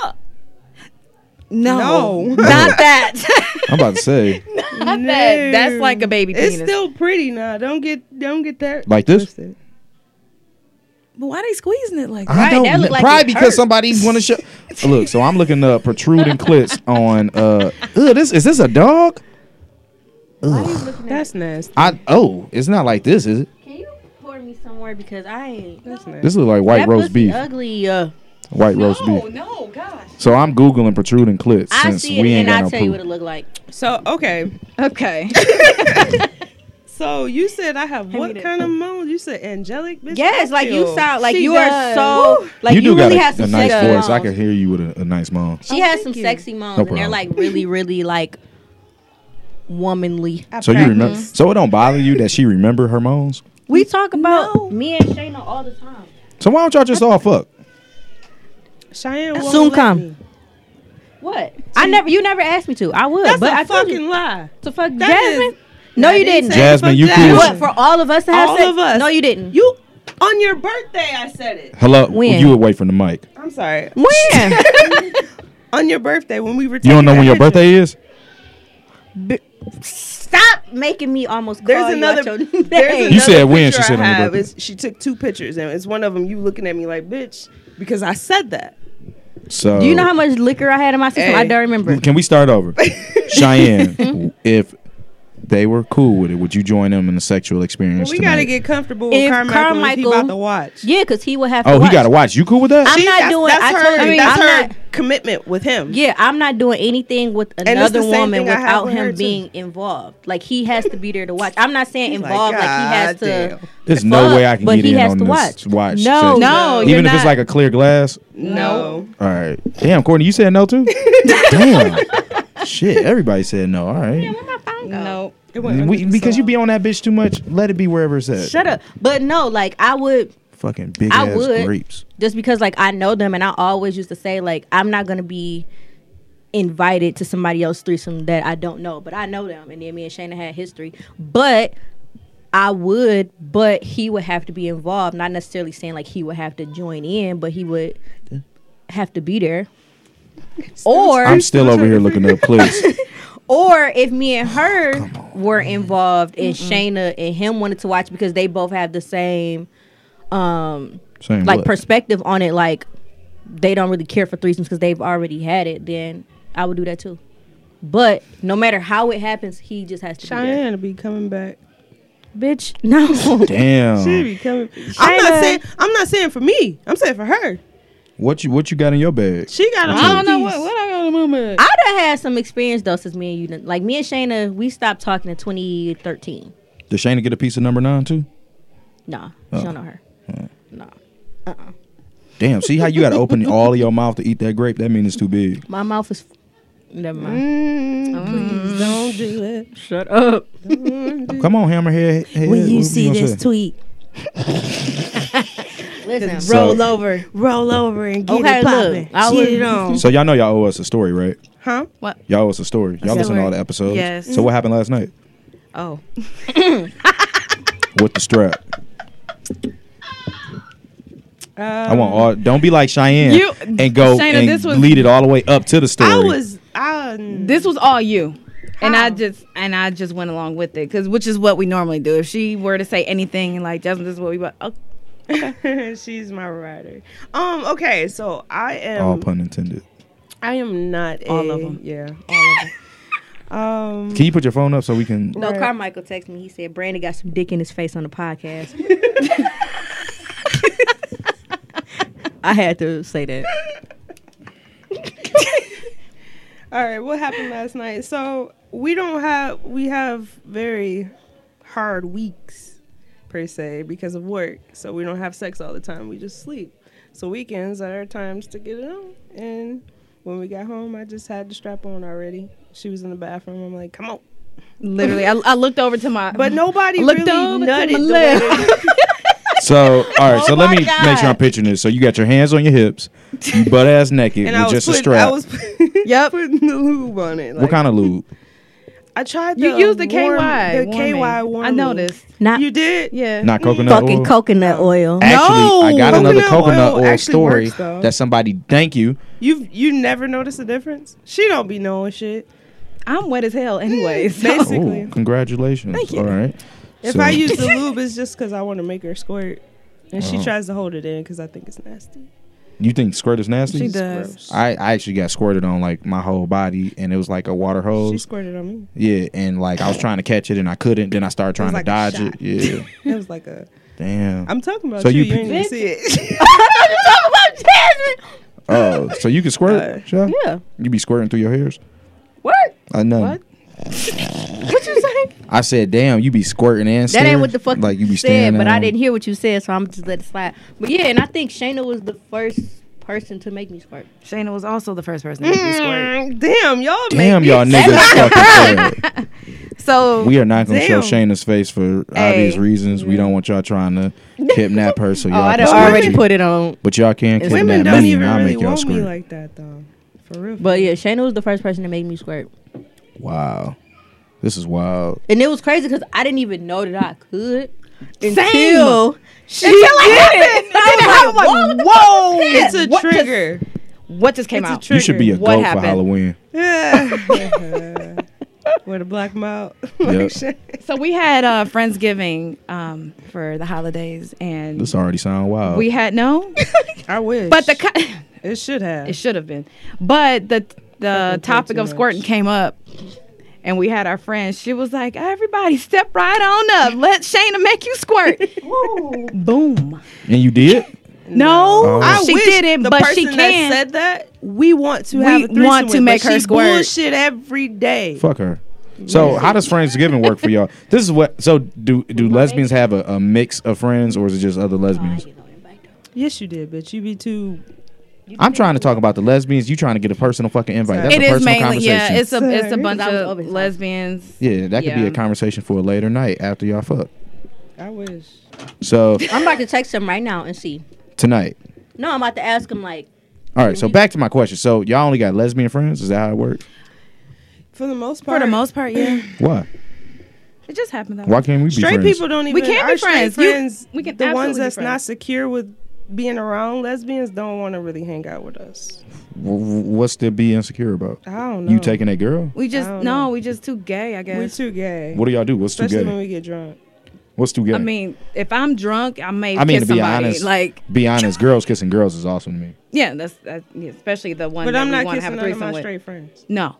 Speaker 3: no,
Speaker 6: Not that.
Speaker 2: I'm about to say
Speaker 6: Not that. That's like a baby
Speaker 3: it's
Speaker 6: penis.
Speaker 3: still pretty now. Don't get don't get that
Speaker 2: Like this?
Speaker 3: twisted.
Speaker 6: but why they squeezing it like
Speaker 2: I
Speaker 6: that?
Speaker 4: Right,
Speaker 2: don't.
Speaker 4: that look like
Speaker 2: probably
Speaker 4: it
Speaker 2: because
Speaker 4: hurt.
Speaker 2: somebody want to show. Look, so I'm looking up protruding clits on. uh ugh, This is this a dog?
Speaker 3: That's nasty.
Speaker 2: I oh, it's not like this, is it?
Speaker 4: Can you pour me somewhere because I ain't.
Speaker 3: That's nasty.
Speaker 2: This look like white
Speaker 4: that
Speaker 2: roast
Speaker 4: pussy
Speaker 2: beef.
Speaker 4: Ugly. Uh,
Speaker 2: White roast beef.
Speaker 6: oh, no, gosh.
Speaker 2: So I'm googling protruding clits
Speaker 4: I
Speaker 2: since
Speaker 4: see
Speaker 2: we
Speaker 4: it
Speaker 2: ain't
Speaker 4: and
Speaker 2: got
Speaker 4: I
Speaker 2: no
Speaker 4: tell you what it
Speaker 2: proof.
Speaker 4: look like.
Speaker 3: So okay,
Speaker 6: Okay.
Speaker 3: so you said I have
Speaker 4: me
Speaker 3: what
Speaker 4: that.
Speaker 3: kind of moan? You said angelic. Bitch,
Speaker 4: Yes,
Speaker 3: Fuck
Speaker 4: like you sound like
Speaker 6: She
Speaker 4: you are
Speaker 6: does.
Speaker 4: so like you,
Speaker 2: do
Speaker 4: really
Speaker 2: got a-
Speaker 4: have
Speaker 2: a,
Speaker 4: some
Speaker 2: nice
Speaker 4: sexy
Speaker 2: voice. I
Speaker 4: moans.
Speaker 2: can hear you with a, a nice moan.
Speaker 4: um, She
Speaker 3: Oh,
Speaker 4: has
Speaker 3: thank
Speaker 4: some
Speaker 3: you.
Speaker 4: sexy moans,
Speaker 2: No
Speaker 4: and they're
Speaker 2: problem.
Speaker 4: like really, really like womanly.
Speaker 3: I
Speaker 2: So you remember?
Speaker 3: practice.
Speaker 2: So it don't bother you that she remember her moans?
Speaker 4: We talk about me and Shayna all the time.
Speaker 2: So why don't y'all just all fuck?
Speaker 3: Cheyenne won't
Speaker 4: Soon
Speaker 3: let
Speaker 4: come.
Speaker 3: me.
Speaker 4: What? I never. You never asked me to. I would,
Speaker 3: That's
Speaker 4: but
Speaker 3: a
Speaker 4: I told you
Speaker 3: fucking lie.
Speaker 4: to fuck
Speaker 3: that
Speaker 4: Jasmine.
Speaker 3: is-
Speaker 4: no,
Speaker 3: I
Speaker 4: you
Speaker 3: didn't
Speaker 4: didn't.
Speaker 3: say
Speaker 2: Jasmine,
Speaker 3: fuck
Speaker 2: you
Speaker 3: Jasmine.
Speaker 2: cool?
Speaker 4: what for all of us to have
Speaker 3: All
Speaker 4: sex?
Speaker 3: of us.
Speaker 4: No, you didn't.
Speaker 3: You on your birthday? I said it.
Speaker 2: Hello,
Speaker 4: When?
Speaker 2: you away from the mic.
Speaker 3: I'm sorry.
Speaker 4: when?
Speaker 3: On your birthday when we were.
Speaker 2: You don't know when your birthday is?
Speaker 4: Stop making me almost.
Speaker 3: There's
Speaker 4: call
Speaker 3: another.
Speaker 4: Oh, You, out your
Speaker 3: there's
Speaker 4: name.
Speaker 3: another
Speaker 2: You said when,
Speaker 3: picture
Speaker 2: she said
Speaker 3: I
Speaker 2: on your
Speaker 3: have
Speaker 2: birthday.
Speaker 3: is she took two pictures and it's one of them you looking at me like bitch because I said that.
Speaker 2: So
Speaker 4: Do you know how much liquor I had in my system? I
Speaker 3: Hey.
Speaker 4: don't remember.
Speaker 2: Can we start over?
Speaker 4: Hmm?
Speaker 2: Cheyenne, if they were cool with it, would you join them in a sexual experience?
Speaker 3: Well, we
Speaker 2: tonight?
Speaker 3: gotta get comfortable with
Speaker 4: If
Speaker 3: Carmichael, if
Speaker 4: Carmichael-
Speaker 3: he about to watch.
Speaker 4: Yeah, because he would have.
Speaker 2: Oh,
Speaker 4: to
Speaker 2: he gotta watch. You cool with that?
Speaker 4: I'm
Speaker 3: She-
Speaker 4: not
Speaker 3: that's,
Speaker 4: doing-
Speaker 3: That's
Speaker 4: I
Speaker 3: her.
Speaker 4: told you,
Speaker 3: that's
Speaker 4: I'm
Speaker 3: her
Speaker 4: not-
Speaker 3: commitment with him.
Speaker 4: Yeah, I'm not doing anything with
Speaker 3: it's
Speaker 4: another
Speaker 3: the same
Speaker 4: woman
Speaker 3: thing I have
Speaker 4: without
Speaker 3: with her,
Speaker 4: him
Speaker 3: too.
Speaker 4: being involved. Like he has to be there to watch. I'm not saying
Speaker 3: like,
Speaker 4: involved like, he has
Speaker 3: "God
Speaker 4: to.
Speaker 2: There's no
Speaker 4: fuck,
Speaker 2: way I can
Speaker 4: but
Speaker 2: get
Speaker 4: he
Speaker 2: in
Speaker 4: has
Speaker 2: on
Speaker 4: to
Speaker 2: this
Speaker 4: watch.
Speaker 2: watch
Speaker 4: No,
Speaker 2: sex.
Speaker 6: No,
Speaker 2: even
Speaker 6: you're
Speaker 2: if it's
Speaker 6: not-
Speaker 2: like a clear glass.
Speaker 3: No.
Speaker 2: All right. Damn, Courtney, you said no too. Damn. Shit, everybody said no. All right.
Speaker 6: no.
Speaker 3: It wasn't
Speaker 2: We,
Speaker 3: really
Speaker 2: because
Speaker 3: so.
Speaker 2: you be on that bitch too much. Let it be wherever it's at.
Speaker 4: Shut up. But no, like I would
Speaker 2: Fucking big
Speaker 4: I
Speaker 2: ass
Speaker 4: would.
Speaker 2: grapes.
Speaker 4: just because like I know them and I always used to say like I'm not gonna be invited to somebody else's threesome that I don't know, but I know them. And then me and Shana had history, but. I would, but he would have to be involved. Not necessarily saying like he would have to join in, but he would have to be there. Or
Speaker 2: I'm still over here looking up clips.
Speaker 4: Or if me and her were involved and Shayna and him wanted to watch because they both have the same um
Speaker 2: Same
Speaker 4: like
Speaker 2: what?
Speaker 4: perspective on it, like they don't really care for threesomes because they've already had it, then I would do that too. But no matter how it happens, he just has to
Speaker 3: Cheyenne will be coming back.
Speaker 4: be there. Bitch, no.
Speaker 2: Damn.
Speaker 3: She be coming. I'm
Speaker 4: Cheyenne.
Speaker 3: not saying. I'm not saying for me. I'm saying for her.
Speaker 2: What you what you got in your bag?
Speaker 3: She got.
Speaker 6: I don't know what, what I got in my mind.
Speaker 4: I done had some experience though since me and you done, like me and Shayna, we stopped talking in twenty thirteen.
Speaker 2: Did Shana get a piece of number nine too?
Speaker 4: Nah,
Speaker 2: Oh.
Speaker 4: she don't know her. Nah.
Speaker 2: Damn. See how you got to open all of your mouth to eat that grape? That means it's too big.
Speaker 4: My mouth is never mind.
Speaker 3: Please don't do it.
Speaker 4: Shut up.
Speaker 2: Come on, hammerhead. head, what gonna say?
Speaker 5: tweet,
Speaker 4: Listen,
Speaker 2: So-
Speaker 5: over, roll over, and get
Speaker 4: Okay, look. I was,
Speaker 5: on.
Speaker 2: So y'all know y'all owe us a story, right?
Speaker 3: Huh?
Speaker 2: Y'all owe us a story. Y'all listen to all
Speaker 6: story.
Speaker 2: the episodes.
Speaker 6: Yes.
Speaker 2: So what happened last night
Speaker 6: Oh.
Speaker 2: with the strap? I
Speaker 3: Um,
Speaker 2: want all. Don't be like Cheyenne
Speaker 6: You-
Speaker 2: and go
Speaker 6: Shayna,
Speaker 2: and
Speaker 6: this was-
Speaker 2: lead it all the way up to the story.
Speaker 3: I was. I.
Speaker 6: This was all you. And I just and I just went along with it because which is what we normally do. If she were to say anything like Jasmine, this is what we want. Oh,
Speaker 3: She's my rider. Um. Okay. So I am.
Speaker 2: All pun intended.
Speaker 3: I am not
Speaker 6: All
Speaker 3: a-
Speaker 6: of 'em.
Speaker 3: Yeah. All of them. Um.
Speaker 2: Can you put your phone up so we can?
Speaker 4: No, Carmichael texted me. He said Brandon got some dick in his face on the podcast. I had to say that.
Speaker 3: All right, what happened last night? So we don't have we have very hard weeks per se because of work. So we don't have sex all the time. We just sleep. So weekends are our times to get it on. And when we got home, I just had the strap on already. She was in the bathroom. I'm like, come on.
Speaker 6: literally, I, I looked over to my
Speaker 3: But nobody
Speaker 6: Looked
Speaker 3: really
Speaker 6: over to
Speaker 3: nutted
Speaker 6: my
Speaker 3: the way
Speaker 6: left.
Speaker 3: that-
Speaker 2: So all right. so
Speaker 4: Oh
Speaker 2: let
Speaker 4: my
Speaker 2: me
Speaker 4: God.
Speaker 2: make sure I'm picturing this. So you got your hands on your hips, you butt ass naked with
Speaker 3: and I was
Speaker 2: just
Speaker 3: putting,
Speaker 2: a strap.
Speaker 3: I was
Speaker 6: Yep.
Speaker 3: putting the lube on it.
Speaker 2: what kind of lube?
Speaker 3: I tried. The
Speaker 6: you used the KY.
Speaker 3: warm- The
Speaker 6: warming.
Speaker 3: KY warming.
Speaker 6: I noticed.
Speaker 4: Not
Speaker 3: You did.
Speaker 6: Yeah.
Speaker 2: Not coconut
Speaker 4: fucking
Speaker 2: oil.
Speaker 4: coconut oil.
Speaker 2: Actually, I
Speaker 6: No!
Speaker 2: got another
Speaker 3: Coconut
Speaker 2: coconut
Speaker 3: oil
Speaker 2: oil,
Speaker 3: actually
Speaker 2: story
Speaker 3: works, though.
Speaker 2: that somebody. Thank you.
Speaker 3: You you never noticed the difference? She don't be knowing shit.
Speaker 6: I'm wet as hell, anyways.
Speaker 3: Basi-
Speaker 6: So.
Speaker 3: Basically.
Speaker 2: Ooh, congratulations. Thank
Speaker 6: you.
Speaker 2: All right.
Speaker 3: If
Speaker 2: So-
Speaker 3: I use the lube, it's just because I want to make her squirt, and she
Speaker 2: Oh.
Speaker 3: tries to hold it in because I think it's nasty.
Speaker 2: you think squirt is nasty?
Speaker 6: She
Speaker 3: It's
Speaker 6: does.
Speaker 3: gross.
Speaker 2: I, I actually got squirted on like my whole body, and it was like a water
Speaker 3: she
Speaker 2: hose.
Speaker 3: squirted on me.
Speaker 2: Yeah, and like I was trying to catch it, and I couldn't. Then I started trying
Speaker 3: like a
Speaker 2: to dodge
Speaker 3: shot.
Speaker 2: it. Yeah,
Speaker 3: It was like a.
Speaker 2: damn.
Speaker 3: I'm talking about
Speaker 2: So
Speaker 3: you.
Speaker 2: you
Speaker 3: You, ain't even
Speaker 2: pic-
Speaker 3: see it.
Speaker 2: Oh, so you can
Speaker 3: Uh,
Speaker 2: squirt? Sha?
Speaker 4: yeah.
Speaker 2: You be squirting through your hairs?
Speaker 4: What?
Speaker 2: I know.
Speaker 3: What?
Speaker 4: What you say?
Speaker 2: I said, damn, you be squirting and
Speaker 4: That ain't
Speaker 2: staring?
Speaker 4: what the fuck
Speaker 2: like you
Speaker 4: you
Speaker 2: be
Speaker 4: said,
Speaker 2: staring
Speaker 4: but
Speaker 2: at
Speaker 4: I
Speaker 2: him.
Speaker 4: didn't hear what you said, so I'm just let it slide. But yeah, and I think Shayna was the first person to make me squirt.
Speaker 6: Shayna was also the first person to make me squirt.
Speaker 3: Damn, y'all.
Speaker 2: Damn, y'all niggas fucking squirt.
Speaker 6: So
Speaker 2: We are not gonna show
Speaker 3: Damn.
Speaker 2: Shayna's face for
Speaker 6: Hey.
Speaker 2: obvious reasons. We don't want y'all trying to kidnap her, so y'all
Speaker 4: Oh, I
Speaker 2: can
Speaker 4: done
Speaker 2: squirt
Speaker 4: already
Speaker 2: you.
Speaker 4: put it on.
Speaker 2: But y'all can't kidnap
Speaker 3: Women don't
Speaker 2: me,
Speaker 3: even
Speaker 2: and I'll
Speaker 3: really
Speaker 2: make y'all
Speaker 3: want me
Speaker 2: squirt.
Speaker 3: like that though. For real.
Speaker 4: But yeah, Shayna was the first person to make me squirt.
Speaker 2: wow, this is wild.
Speaker 4: And it was crazy because I didn't even know that I could. Until
Speaker 6: she until I did it. I was like,
Speaker 4: Whoa,
Speaker 6: what,
Speaker 3: whoa, it's a
Speaker 6: What the-
Speaker 3: trigger.
Speaker 6: what just came
Speaker 3: It's a
Speaker 6: out?
Speaker 3: trigger.
Speaker 2: You should be a
Speaker 6: What
Speaker 2: goat for
Speaker 6: happened?
Speaker 2: Halloween.
Speaker 3: Yeah. With a black mouth.
Speaker 2: Yep.
Speaker 3: like shit.
Speaker 6: so we had uh, friendsgiving um, for the holidays, and
Speaker 2: This already sound wild.
Speaker 6: we had no,
Speaker 3: I wish.
Speaker 6: but the co-
Speaker 3: it should have.
Speaker 6: it should have been, but the the
Speaker 3: Fucking
Speaker 6: topic
Speaker 3: too
Speaker 6: of
Speaker 3: much.
Speaker 6: squirting came up. And we had our friend. She was like, "Everybody, step right on up. Let Shayna make you squirt." Boom.
Speaker 2: and you did.
Speaker 6: No,
Speaker 2: Oh. I
Speaker 6: she
Speaker 3: wish
Speaker 6: didn't,
Speaker 3: the
Speaker 6: but
Speaker 3: person
Speaker 6: she can.
Speaker 3: That said that we want to have.
Speaker 6: We
Speaker 3: a threesome
Speaker 6: want to
Speaker 3: with,
Speaker 6: make
Speaker 3: but
Speaker 6: her
Speaker 3: she
Speaker 6: squirt.
Speaker 3: Bullshit every day.
Speaker 2: Fuck her. So how does Friendsgiving work for y'all? This is what. So do do lesbians have a, a mix of friends, or is it just other lesbians?
Speaker 3: Yes, you did, bitch. You be too.
Speaker 2: I'm trying to talk about the lesbians. You trying to get a personal fucking invite? That's
Speaker 6: it
Speaker 2: a
Speaker 6: is
Speaker 2: personal
Speaker 6: mainly
Speaker 2: conversation.
Speaker 6: yeah. It's a it's a
Speaker 3: Sorry.
Speaker 6: bunch
Speaker 4: I was
Speaker 6: of
Speaker 4: over-
Speaker 6: lesbians.
Speaker 2: yeah, that could be
Speaker 6: yeah.
Speaker 2: a conversation for a later night after y'all fuck.
Speaker 3: I wish.
Speaker 2: So
Speaker 4: I'm about to text him right now and see.
Speaker 2: tonight.
Speaker 4: No, I'm about to ask him like,
Speaker 2: All right. So back to my question. So y'all only got lesbian friends? Is that how it works?
Speaker 3: For the most
Speaker 6: For
Speaker 3: part,
Speaker 6: the most part, yeah.
Speaker 2: Why?
Speaker 6: It just happened though.
Speaker 2: Why can't we be
Speaker 3: straight
Speaker 2: friends?
Speaker 3: people don't even.
Speaker 6: We can't be
Speaker 3: our straight
Speaker 6: friends. You-
Speaker 3: friends,
Speaker 6: we can
Speaker 3: the ones
Speaker 6: absolutely be
Speaker 3: that's not
Speaker 6: friends.
Speaker 3: secure with being around lesbians don't want to really hang out with us.
Speaker 2: W- w- What's to be insecure about?
Speaker 3: I don't know.
Speaker 2: You taking that girl?
Speaker 6: We just
Speaker 3: I
Speaker 6: no,
Speaker 3: don't know.
Speaker 6: we just too gay, I
Speaker 3: We
Speaker 6: guess.
Speaker 3: too gay.
Speaker 2: What do y'all do? What's too
Speaker 3: Especially when
Speaker 2: gay?
Speaker 3: we get drunk.
Speaker 2: What's too gay?
Speaker 6: I mean, if I'm drunk, I may
Speaker 2: I mean,
Speaker 6: kiss
Speaker 2: to be
Speaker 6: somebody.
Speaker 2: honest-
Speaker 6: like,
Speaker 2: be honest. girls kissing girls is awesome to me.
Speaker 6: yeah, that's, that's yeah, especially the one
Speaker 3: But
Speaker 6: that
Speaker 3: I'm
Speaker 6: we
Speaker 3: not
Speaker 6: want to
Speaker 3: kissing
Speaker 6: have a
Speaker 3: none of
Speaker 6: threesome
Speaker 3: my
Speaker 6: with. Mm-hmm.
Speaker 3: straight friends.
Speaker 6: No,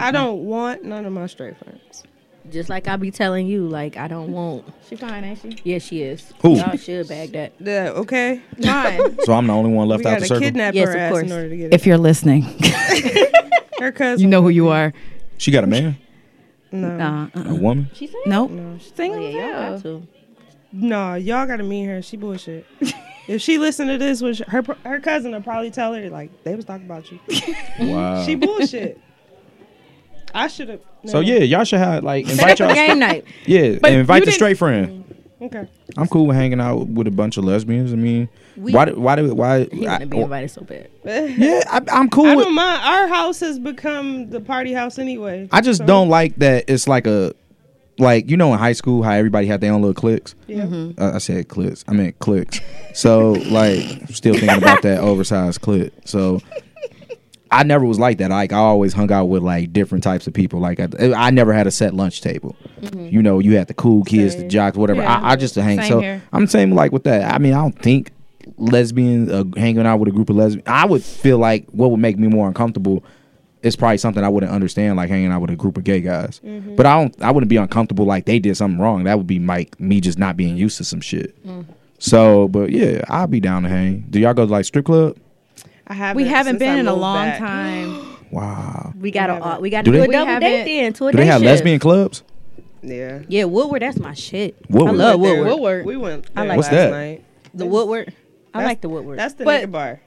Speaker 3: I don't want none of my straight friends.
Speaker 4: just like I be telling you, like I don't want.
Speaker 6: she fine, ain't she?
Speaker 4: Yeah, she is.
Speaker 2: Who?
Speaker 4: Y'all should bag that.
Speaker 3: Yeah, okay.
Speaker 6: Fine.
Speaker 2: So I'm the only one
Speaker 3: we
Speaker 2: left out the
Speaker 3: gotta
Speaker 2: circle.
Speaker 3: kidnap
Speaker 4: Yes,
Speaker 3: her
Speaker 4: of
Speaker 3: ass
Speaker 4: course.
Speaker 3: in order to get it.
Speaker 6: if you're listening,
Speaker 3: Her cousin.
Speaker 6: you know who you are.
Speaker 2: She got a man,
Speaker 3: No.
Speaker 6: Nah, uh-uh.
Speaker 2: a woman.
Speaker 4: She said.
Speaker 6: nope.
Speaker 3: No.
Speaker 6: Single as
Speaker 4: Oh, yeah, y'all
Speaker 6: hell.
Speaker 4: got to.
Speaker 3: No, y'all gotta meet her. She bullshit. if she listen to this, which her her cousin will probably tell her like they was talking about you.
Speaker 2: Wow.
Speaker 3: She bullshit. I should have.
Speaker 2: Uh. so yeah, y'all should have like
Speaker 4: Set
Speaker 2: invite
Speaker 4: up a
Speaker 2: y'all.
Speaker 4: game night.
Speaker 2: Yeah,
Speaker 6: But
Speaker 2: and invite
Speaker 6: you
Speaker 2: the
Speaker 6: didn't-
Speaker 2: straight friend.
Speaker 3: Okay.
Speaker 2: I'm cool with hanging out with a bunch of lesbians. I mean,
Speaker 4: We-
Speaker 2: why? do- Why do? Why?
Speaker 4: He
Speaker 2: I-
Speaker 4: want to be invited so bad.
Speaker 2: yeah, I, I'm cool
Speaker 3: I
Speaker 2: with.
Speaker 3: don't mind. Our house has become the party house anyway.
Speaker 2: I just
Speaker 3: So,
Speaker 2: don't like that it's like a, like you know in high school how everybody had their own little cliques.
Speaker 3: Yeah.
Speaker 6: Mm-hmm.
Speaker 2: Uh, I said cliques. I meant cliques. So like, still thinking about that oversized clip. So I never was like that. Like I always hung out with like different types of people. Like I, I never had a set lunch table.
Speaker 3: Mm-hmm.
Speaker 2: You know, you had the cool kids, the jocks, whatever.
Speaker 6: Yeah.
Speaker 2: I, I just hang.
Speaker 6: Same
Speaker 2: so
Speaker 6: here.
Speaker 2: I'm saying like with that. I mean, I don't think lesbian uh, hanging out with a group of lesbians. I would feel like what would make me more uncomfortable is probably something I wouldn't understand, like hanging out with a group of gay guys.
Speaker 6: Mm-hmm.
Speaker 2: But I don't. I wouldn't be uncomfortable like they did something wrong. That would be like me just not being used to some shit.
Speaker 6: Mm.
Speaker 2: So, but yeah, I'll be down to hang. Do y'all go to like strip club?
Speaker 3: I haven't.
Speaker 6: We haven't
Speaker 3: since
Speaker 6: been
Speaker 3: I
Speaker 6: in a
Speaker 3: moved
Speaker 6: long
Speaker 3: back.
Speaker 6: time.
Speaker 2: Wow.
Speaker 4: We got
Speaker 3: haven't.
Speaker 4: to we got
Speaker 2: Do
Speaker 4: to do
Speaker 2: they-
Speaker 4: a
Speaker 2: We
Speaker 4: double date
Speaker 6: haven't.
Speaker 4: then to a
Speaker 2: Do
Speaker 4: day
Speaker 2: they have
Speaker 4: shift.
Speaker 2: lesbian clubs?
Speaker 3: Yeah.
Speaker 4: Yeah, Woodward. That's my shit. I
Speaker 2: Woodward.
Speaker 4: love
Speaker 3: There-
Speaker 4: Woodward.
Speaker 6: Woodward.
Speaker 3: We went.
Speaker 4: I
Speaker 3: there
Speaker 4: like
Speaker 2: What's
Speaker 3: last
Speaker 2: that?
Speaker 3: Night.
Speaker 4: The Woodward. I
Speaker 3: That's-
Speaker 4: like the Woodward.
Speaker 3: That's the
Speaker 6: But-
Speaker 3: nigga bar.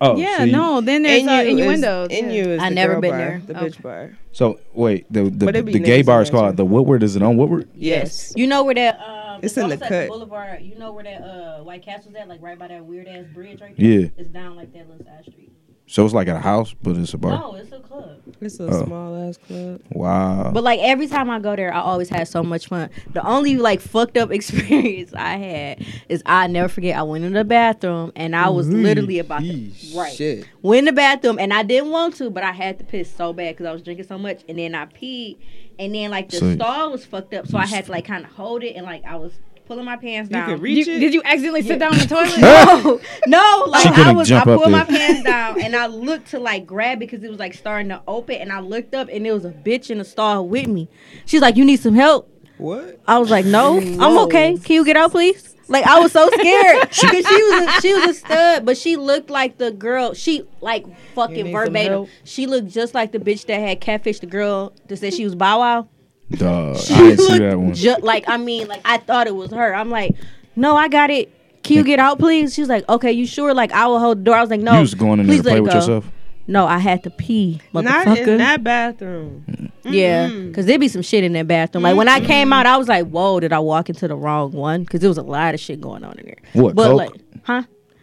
Speaker 2: Oh,
Speaker 6: yeah,
Speaker 2: see.
Speaker 6: no. Then there's uh,
Speaker 3: is-
Speaker 6: innuendos. yeah.
Speaker 3: Innu is
Speaker 4: I
Speaker 3: the
Speaker 4: never
Speaker 3: girl
Speaker 4: been
Speaker 3: bar,
Speaker 4: there.
Speaker 3: The
Speaker 6: Okay.
Speaker 3: bitch bar.
Speaker 2: So wait, the the,
Speaker 3: But it
Speaker 2: the,
Speaker 3: be
Speaker 2: gay
Speaker 3: niggas
Speaker 2: bar
Speaker 3: in
Speaker 2: is
Speaker 3: there,
Speaker 2: called
Speaker 3: too.
Speaker 2: the Woodward. Is it on Woodward?
Speaker 3: Yes.
Speaker 4: You know where that? Um,
Speaker 3: It's in the
Speaker 4: Sunset
Speaker 3: cut.
Speaker 4: Boulevard. You know where that uh, White Castle's at? Like right by that weird ass bridge right there.
Speaker 2: Yeah.
Speaker 4: It's down like that little side street.
Speaker 2: So it's like at a house, but it's a bar.
Speaker 4: No, it's a club.
Speaker 3: It's a
Speaker 2: Oh.
Speaker 3: small ass club.
Speaker 2: Wow.
Speaker 4: But like every time I go there, I always had so much fun. The only like fucked up experience I had is I never forget. I went in the bathroom and I was literally about to right.
Speaker 7: Shit.
Speaker 4: Went in the bathroom and I didn't want to, but I had to piss so bad because I was drinking so much. And then I peed, and then like the
Speaker 2: So-
Speaker 4: stall was fucked up, so I had to like kind of hold it and like I was pulling my pants
Speaker 3: You
Speaker 4: down.
Speaker 3: can
Speaker 6: You-
Speaker 3: reach it.
Speaker 6: did you accidentally sit down in the toilet?
Speaker 4: no, no,
Speaker 2: She
Speaker 4: like I
Speaker 2: couldn't
Speaker 4: was, I
Speaker 2: jump up
Speaker 4: pulled my
Speaker 2: there.
Speaker 4: pants down and I looked to like grab it because it was like starting to open, and I looked up and there was a bitch in the stall with me. She's like, "You need some help?"
Speaker 7: What?
Speaker 4: I was like, "No, I'm
Speaker 3: Mm,
Speaker 4: okay. Can you get out, please?" Like I was so scared because she was a, she was a stud, but she looked like the girl. She like
Speaker 3: You need
Speaker 4: fucking
Speaker 3: some
Speaker 4: verbatim.
Speaker 3: help?
Speaker 4: She looked just like the bitch that had catfished the girl that said she was Bow Wow.
Speaker 2: Duh,
Speaker 4: She
Speaker 2: I didn't see
Speaker 4: looked
Speaker 2: that one.
Speaker 4: ju- like I mean, like I thought it was her. I'm like, no, I got it. Can you get out, please? She was like, okay, you sure? Like I will hold the door. I was like, no.
Speaker 2: you was going in there
Speaker 4: please
Speaker 2: to play
Speaker 4: let
Speaker 2: with
Speaker 4: go.
Speaker 2: yourself.
Speaker 4: No, I had to pee,
Speaker 3: Not
Speaker 4: motherfucker.
Speaker 3: in that bathroom.
Speaker 4: yeah, because there be some shit in that bathroom. Like when I came out, I was like, whoa, did I walk into the wrong one? Because there was a lot of shit going on in there.
Speaker 2: What,
Speaker 4: But
Speaker 2: coke? Oh.
Speaker 4: like, huh?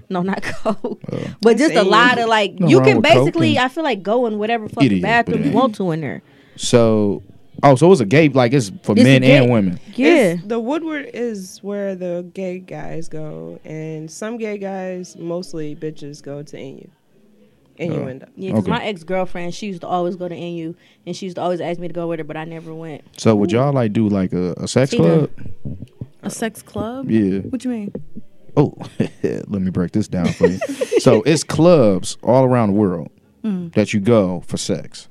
Speaker 4: No, not coke. but just a lot of like,
Speaker 2: Nothing
Speaker 4: you
Speaker 2: wrong
Speaker 4: can
Speaker 2: with coke
Speaker 4: basically,
Speaker 2: and-
Speaker 4: I feel like, go in whatever fucking
Speaker 2: It is, but
Speaker 4: bathroom
Speaker 2: it
Speaker 4: you
Speaker 2: ain't.
Speaker 4: want to in there.
Speaker 2: So, oh, so it's a gay like it's for
Speaker 4: It's
Speaker 2: men
Speaker 4: gay.
Speaker 2: and women.
Speaker 4: Yeah.
Speaker 3: It's- the Woodward is where the gay guys go, and some gay guys, mostly bitches, go to Inu.
Speaker 2: Oh.
Speaker 3: Innuendo.
Speaker 4: Yeah, 'cause
Speaker 2: Okay.
Speaker 4: my ex girlfriend, she used to always go to NU, and she used to always ask me to go with her, but I never went.
Speaker 2: So would y'all like do like a, a sex
Speaker 4: Tina.
Speaker 2: club?
Speaker 6: A sex club?
Speaker 2: Yeah.
Speaker 6: What you mean?
Speaker 2: Oh, let me break this down for you. so it's clubs all around the world that you go for sex.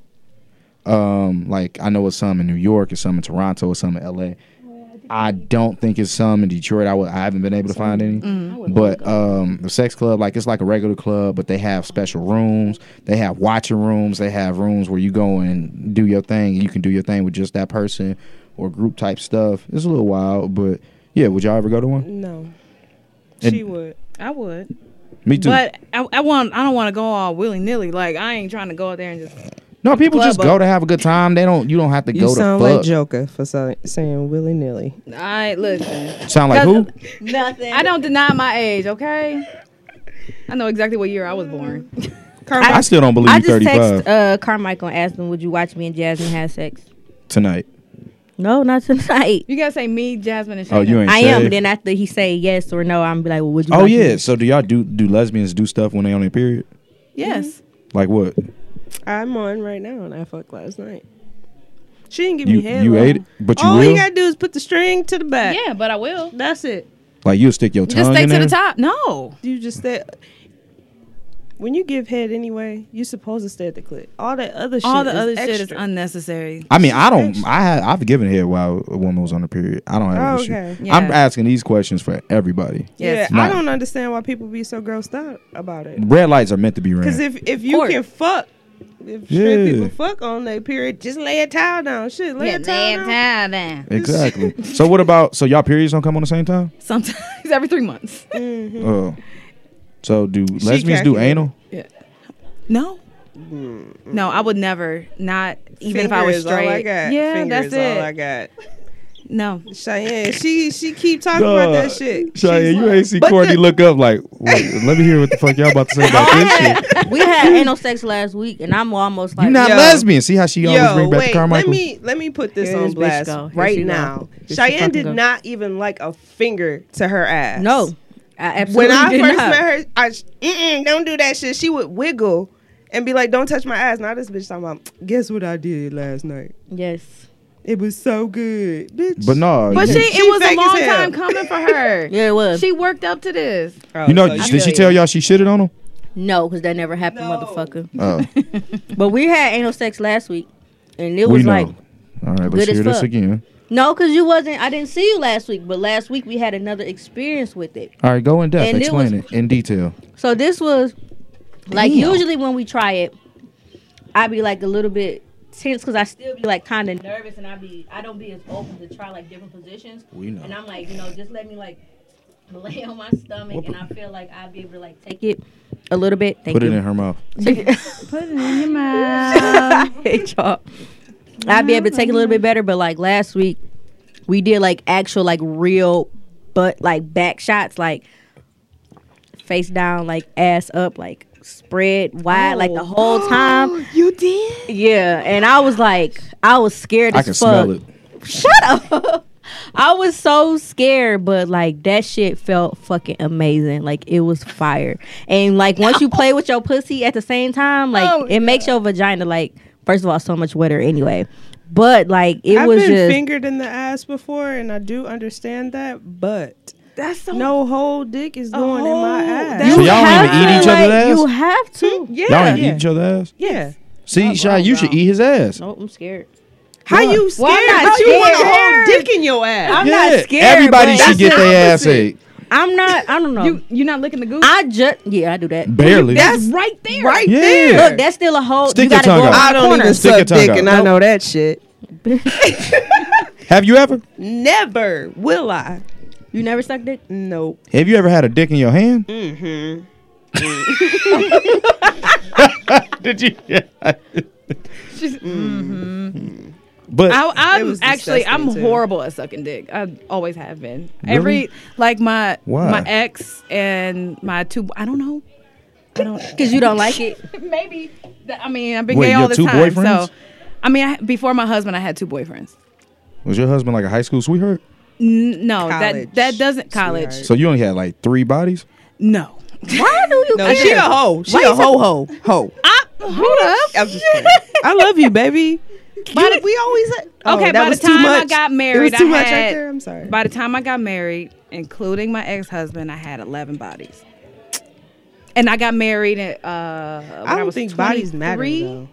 Speaker 2: Um, like I know it's some in New York, it's some in Toronto, it's some in LA. I don't think it's some in Detroit. I w- I haven't been able to find any. But um, the sex club, like it's like a regular club, but they have special rooms. They have watching rooms. They have rooms where you go and do your thing. You can do your thing with just that person or group type stuff. It's a little wild, but yeah. Would y'all ever go to one?
Speaker 3: No.
Speaker 2: And-
Speaker 3: She would.
Speaker 6: I would.
Speaker 2: Me too.
Speaker 6: But I, I want. I don't want to go all willy nilly. Like I ain't trying to go out there and just.
Speaker 2: No, people
Speaker 6: club
Speaker 2: just go
Speaker 6: up.
Speaker 2: to have a good time. They don't. You don't have to
Speaker 3: You
Speaker 2: go to
Speaker 3: sound
Speaker 2: fuck.
Speaker 3: like Joker for so- saying willy nilly.
Speaker 6: I listen.
Speaker 2: sound like who?
Speaker 4: Nothing.
Speaker 6: I don't deny my age. Okay. I know exactly what year I was born.
Speaker 3: Mm.
Speaker 2: I, still don't believe
Speaker 4: I
Speaker 2: you.
Speaker 4: just
Speaker 2: Thirty five
Speaker 4: text uh, Carmichael and asked him, "Would you watch me and Jasmine have sex?"
Speaker 2: tonight.
Speaker 4: No, not tonight.
Speaker 6: You gotta say me, Jasmine, and Shayna.
Speaker 2: Oh, you ain't.
Speaker 4: I am.
Speaker 2: shaved?
Speaker 4: But then after he say yes or no, I'm be like, "Well, would you?"
Speaker 2: Oh
Speaker 4: watch
Speaker 2: yeah.
Speaker 4: me?
Speaker 2: So do y'all do do lesbians do stuff when they on their period?
Speaker 6: Yes.
Speaker 2: Like what?
Speaker 3: I'm on right now, and I fucked last night. She didn't give
Speaker 2: You
Speaker 3: me head.
Speaker 2: you
Speaker 3: love.
Speaker 2: ate it, but you
Speaker 6: Oh,
Speaker 3: All
Speaker 2: will.
Speaker 3: you gotta do is put the string to the back.
Speaker 6: Yeah, but I will.
Speaker 3: That's it.
Speaker 2: like you'll stick your tongue
Speaker 6: Just stay
Speaker 2: in
Speaker 6: to
Speaker 2: there.
Speaker 6: the top. No.
Speaker 3: You just stay. When you give head anyway, you supposed to stay at the clit. All that other shit.
Speaker 6: All the other
Speaker 3: extra.
Speaker 6: shit is unnecessary.
Speaker 2: I mean, I don't. I have. I've given head while a woman was on her period. I don't have
Speaker 3: Oh,
Speaker 2: an issue.
Speaker 3: okay.
Speaker 6: Yeah.
Speaker 2: I'm asking these questions for everybody.
Speaker 3: Yeah,
Speaker 6: Yes.
Speaker 3: I
Speaker 2: Nah.
Speaker 3: don't understand why people be so grossed out about it.
Speaker 2: Red lights are meant to be red.
Speaker 3: Because if if you
Speaker 4: course.
Speaker 3: can fuck, if
Speaker 2: Yeah.
Speaker 3: straight people fuck on their period, just lay a towel down. Shit, lay a towel down.
Speaker 2: exactly. so what about? So y'all periods don't come on the same time?
Speaker 6: Sometimes every three months.
Speaker 2: Oh. So do lesbians do
Speaker 3: calculated.
Speaker 2: anal?
Speaker 6: No. No, I would never. Not even if I
Speaker 3: Finger
Speaker 6: was
Speaker 3: is all
Speaker 6: straight.
Speaker 3: I got.
Speaker 6: Yeah,
Speaker 3: Finger
Speaker 6: that's
Speaker 3: is
Speaker 6: it.
Speaker 3: all I got.
Speaker 6: No.
Speaker 3: Cheyenne, she she keep talking about that shit.
Speaker 2: Cheyenne,
Speaker 3: She's
Speaker 2: you
Speaker 3: like-
Speaker 2: ain't see
Speaker 3: But
Speaker 2: Courtney
Speaker 3: the-
Speaker 2: look up like, "Wait, let me hear what the fuck y'all about to say about this shit.
Speaker 4: we had anal sex last week, and I'm almost like,
Speaker 2: You not
Speaker 3: Yo.
Speaker 2: lesbian. See how she always
Speaker 3: Yo,
Speaker 2: bring back the
Speaker 3: wait. Let
Speaker 2: Carmichael?
Speaker 3: me let me put this
Speaker 4: Here
Speaker 3: on
Speaker 4: this
Speaker 3: blast
Speaker 4: bitch go. Here she
Speaker 3: right
Speaker 4: go.
Speaker 3: now.
Speaker 4: Here she
Speaker 3: Cheyenne
Speaker 4: fucking
Speaker 3: did
Speaker 4: go.
Speaker 3: not even like a finger to her ass.
Speaker 4: no, I absolutely
Speaker 3: When I
Speaker 4: did
Speaker 3: first
Speaker 4: not.
Speaker 3: met her, I mm-mm, don't do that shit. She would wiggle and be like, "Don't touch my ass." Now this bitch talking about, guess what I did last night?
Speaker 4: Yes.
Speaker 3: It was so good, bitch.
Speaker 2: But no,
Speaker 6: But
Speaker 2: you-
Speaker 6: she,
Speaker 3: She
Speaker 6: it was a
Speaker 3: fake as
Speaker 6: long
Speaker 3: hell.
Speaker 6: time coming for her.
Speaker 4: Yeah, it was.
Speaker 6: She worked up to this.
Speaker 3: Oh,
Speaker 2: you know,
Speaker 3: so
Speaker 2: did
Speaker 3: you-
Speaker 2: she tell y'all she shitted on him?
Speaker 4: No, because that never happened,
Speaker 3: No.
Speaker 4: motherfucker.
Speaker 2: Oh,
Speaker 4: But we had anal sex last week, and it
Speaker 2: we
Speaker 4: was
Speaker 2: know.
Speaker 4: like
Speaker 2: All right,
Speaker 4: good
Speaker 2: let's
Speaker 4: as
Speaker 2: hear this
Speaker 4: fuck.
Speaker 2: again.
Speaker 4: no, because you wasn't. I didn't see you last week, but last week we had another experience with it.
Speaker 2: All right, go in depth.
Speaker 4: And it
Speaker 2: Explain
Speaker 4: was-
Speaker 2: it in detail.
Speaker 4: So this was like
Speaker 2: Damn.
Speaker 4: usually when we try it, I be like a little bit tense because I still be like kind of nervous, and I be I don't be as open to try like different positions.
Speaker 2: We know.
Speaker 4: And I'm like, you know, just let me like lay on my stomach,
Speaker 2: Whoop
Speaker 4: and I feel like I'll be able to like take it a little bit. Thank
Speaker 2: Put
Speaker 4: you.
Speaker 2: it in her mouth.
Speaker 6: Put it in your mouth.
Speaker 4: I hate y'all. I'd be able to take it a little bit better, but like last week, we did like actual like real butt like back shots, like face down, like ass up, like spread wide, like
Speaker 6: Oh.
Speaker 4: the whole time.
Speaker 6: you did?
Speaker 4: Yeah, and I was like, I was scared
Speaker 2: I
Speaker 4: as
Speaker 2: can
Speaker 4: fuck.
Speaker 2: smell it.
Speaker 4: Shut up. I was so scared, but like that shit felt fucking amazing. Like it was fire. And like once you play with your pussy at the same time, like
Speaker 6: Oh,
Speaker 4: it makes your vagina like first of all so much wetter anyway. But like it
Speaker 3: I've
Speaker 4: was
Speaker 3: been
Speaker 4: just
Speaker 3: fingered in the ass before, and I do understand that, but
Speaker 6: That's so
Speaker 3: no whole dick is going in my ass.
Speaker 2: So y'all don't even eat each
Speaker 4: like,
Speaker 2: other's ass?
Speaker 4: You have to.
Speaker 3: yeah,
Speaker 2: Y'all ain't eat each other's ass.
Speaker 3: yeah.
Speaker 2: See, Shy, you should eat his ass.
Speaker 4: Nope, I'm scared.
Speaker 3: How you scared?
Speaker 4: Well, I'm not
Speaker 3: How you want a
Speaker 4: scared.
Speaker 3: whole dick in your ass?
Speaker 4: I'm not scared.
Speaker 2: Everybody
Speaker 4: but
Speaker 2: should get their ass ate.
Speaker 4: I'm not I don't know.
Speaker 6: You you're not licking the goose?
Speaker 4: I just yeah, I do that.
Speaker 2: Barely.
Speaker 3: That's
Speaker 6: right there.
Speaker 3: right
Speaker 2: Yeah.
Speaker 3: there.
Speaker 4: Look, that's still a whole
Speaker 2: Stick
Speaker 4: you
Speaker 2: your
Speaker 4: gotta go
Speaker 2: tongue
Speaker 4: around
Speaker 2: out.
Speaker 4: the
Speaker 3: I don't
Speaker 4: corner.
Speaker 3: even
Speaker 2: Stick your
Speaker 3: suck
Speaker 2: tongue
Speaker 3: dick,
Speaker 2: out.
Speaker 3: and I know that shit.
Speaker 2: Have you ever?
Speaker 3: Never will I.
Speaker 4: You never suck dick?
Speaker 3: Nope.
Speaker 2: Have you ever had a dick in your hand? Mm-hmm. Did you? But
Speaker 6: mm.
Speaker 3: Mm. It
Speaker 6: I, I'm
Speaker 3: was
Speaker 6: actually I'm
Speaker 3: disgusting, too.
Speaker 6: horrible at sucking dick. I always have been.
Speaker 2: Really?
Speaker 6: Every like my
Speaker 2: Why?
Speaker 6: my ex and my two I don't know. I don't
Speaker 4: Because you don't like it.
Speaker 6: maybe that, I mean I've been
Speaker 2: Wait,
Speaker 6: gay
Speaker 2: your
Speaker 6: all the
Speaker 2: two
Speaker 6: time.
Speaker 2: boyfriends?
Speaker 6: So I mean I, before my husband I had two boyfriends.
Speaker 2: was your husband like a high school sweetheart?
Speaker 6: N- no,
Speaker 3: College,
Speaker 6: that that doesn't college.
Speaker 3: sweetheart.
Speaker 2: So you only had like three bodies?
Speaker 6: No.
Speaker 4: Why do you
Speaker 3: No, she a hoe. She a hoe hoe hoe.
Speaker 6: I, hold up.
Speaker 3: I'm just playing. I love you, baby.
Speaker 6: By
Speaker 3: You- we always oh,
Speaker 6: Okay,
Speaker 3: that
Speaker 6: by the
Speaker 3: was too
Speaker 6: time I
Speaker 3: much.
Speaker 6: got
Speaker 3: it was
Speaker 6: married,
Speaker 3: too
Speaker 6: I
Speaker 3: much right
Speaker 6: had-
Speaker 3: there. I'm sorry.
Speaker 6: By the time I got married, including my ex husband, I had eleven bodies. And I got married at uh when
Speaker 3: I don't
Speaker 6: was
Speaker 3: think bodies matter
Speaker 6: 23.
Speaker 3: though.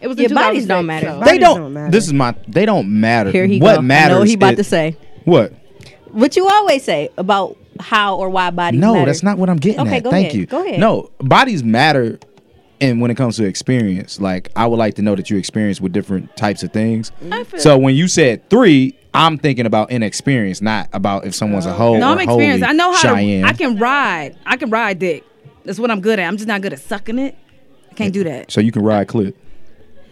Speaker 6: It was in
Speaker 4: Your bodies don't
Speaker 6: 2006,
Speaker 4: matter.
Speaker 6: so-
Speaker 3: Bodies
Speaker 2: they don't.
Speaker 3: don't matter.
Speaker 2: This is my. They don't matter.
Speaker 4: Here he
Speaker 2: what
Speaker 4: go. I
Speaker 2: matters?
Speaker 4: know what he about
Speaker 2: is-
Speaker 4: to say.
Speaker 2: What?
Speaker 4: What you always say about how or why bodies
Speaker 2: No,
Speaker 4: matter.
Speaker 2: that's not what I'm getting
Speaker 4: Okay,
Speaker 2: at.
Speaker 4: go
Speaker 2: Thank
Speaker 4: ahead.
Speaker 2: you.
Speaker 4: Go ahead.
Speaker 2: No, bodies matter. And when it comes to experience, like I would like to know that you experience with different types of things. So when you said three, I'm thinking about inexperience, not about if someone's a hoe.
Speaker 6: No,
Speaker 2: or
Speaker 6: I'm experienced.
Speaker 2: Oh, holy
Speaker 6: I know how
Speaker 2: Cheyenne.
Speaker 6: to. I can ride. I can ride dick. That's what I'm good at. I'm just not good at sucking it. I can't do that.
Speaker 2: So you can ride clip.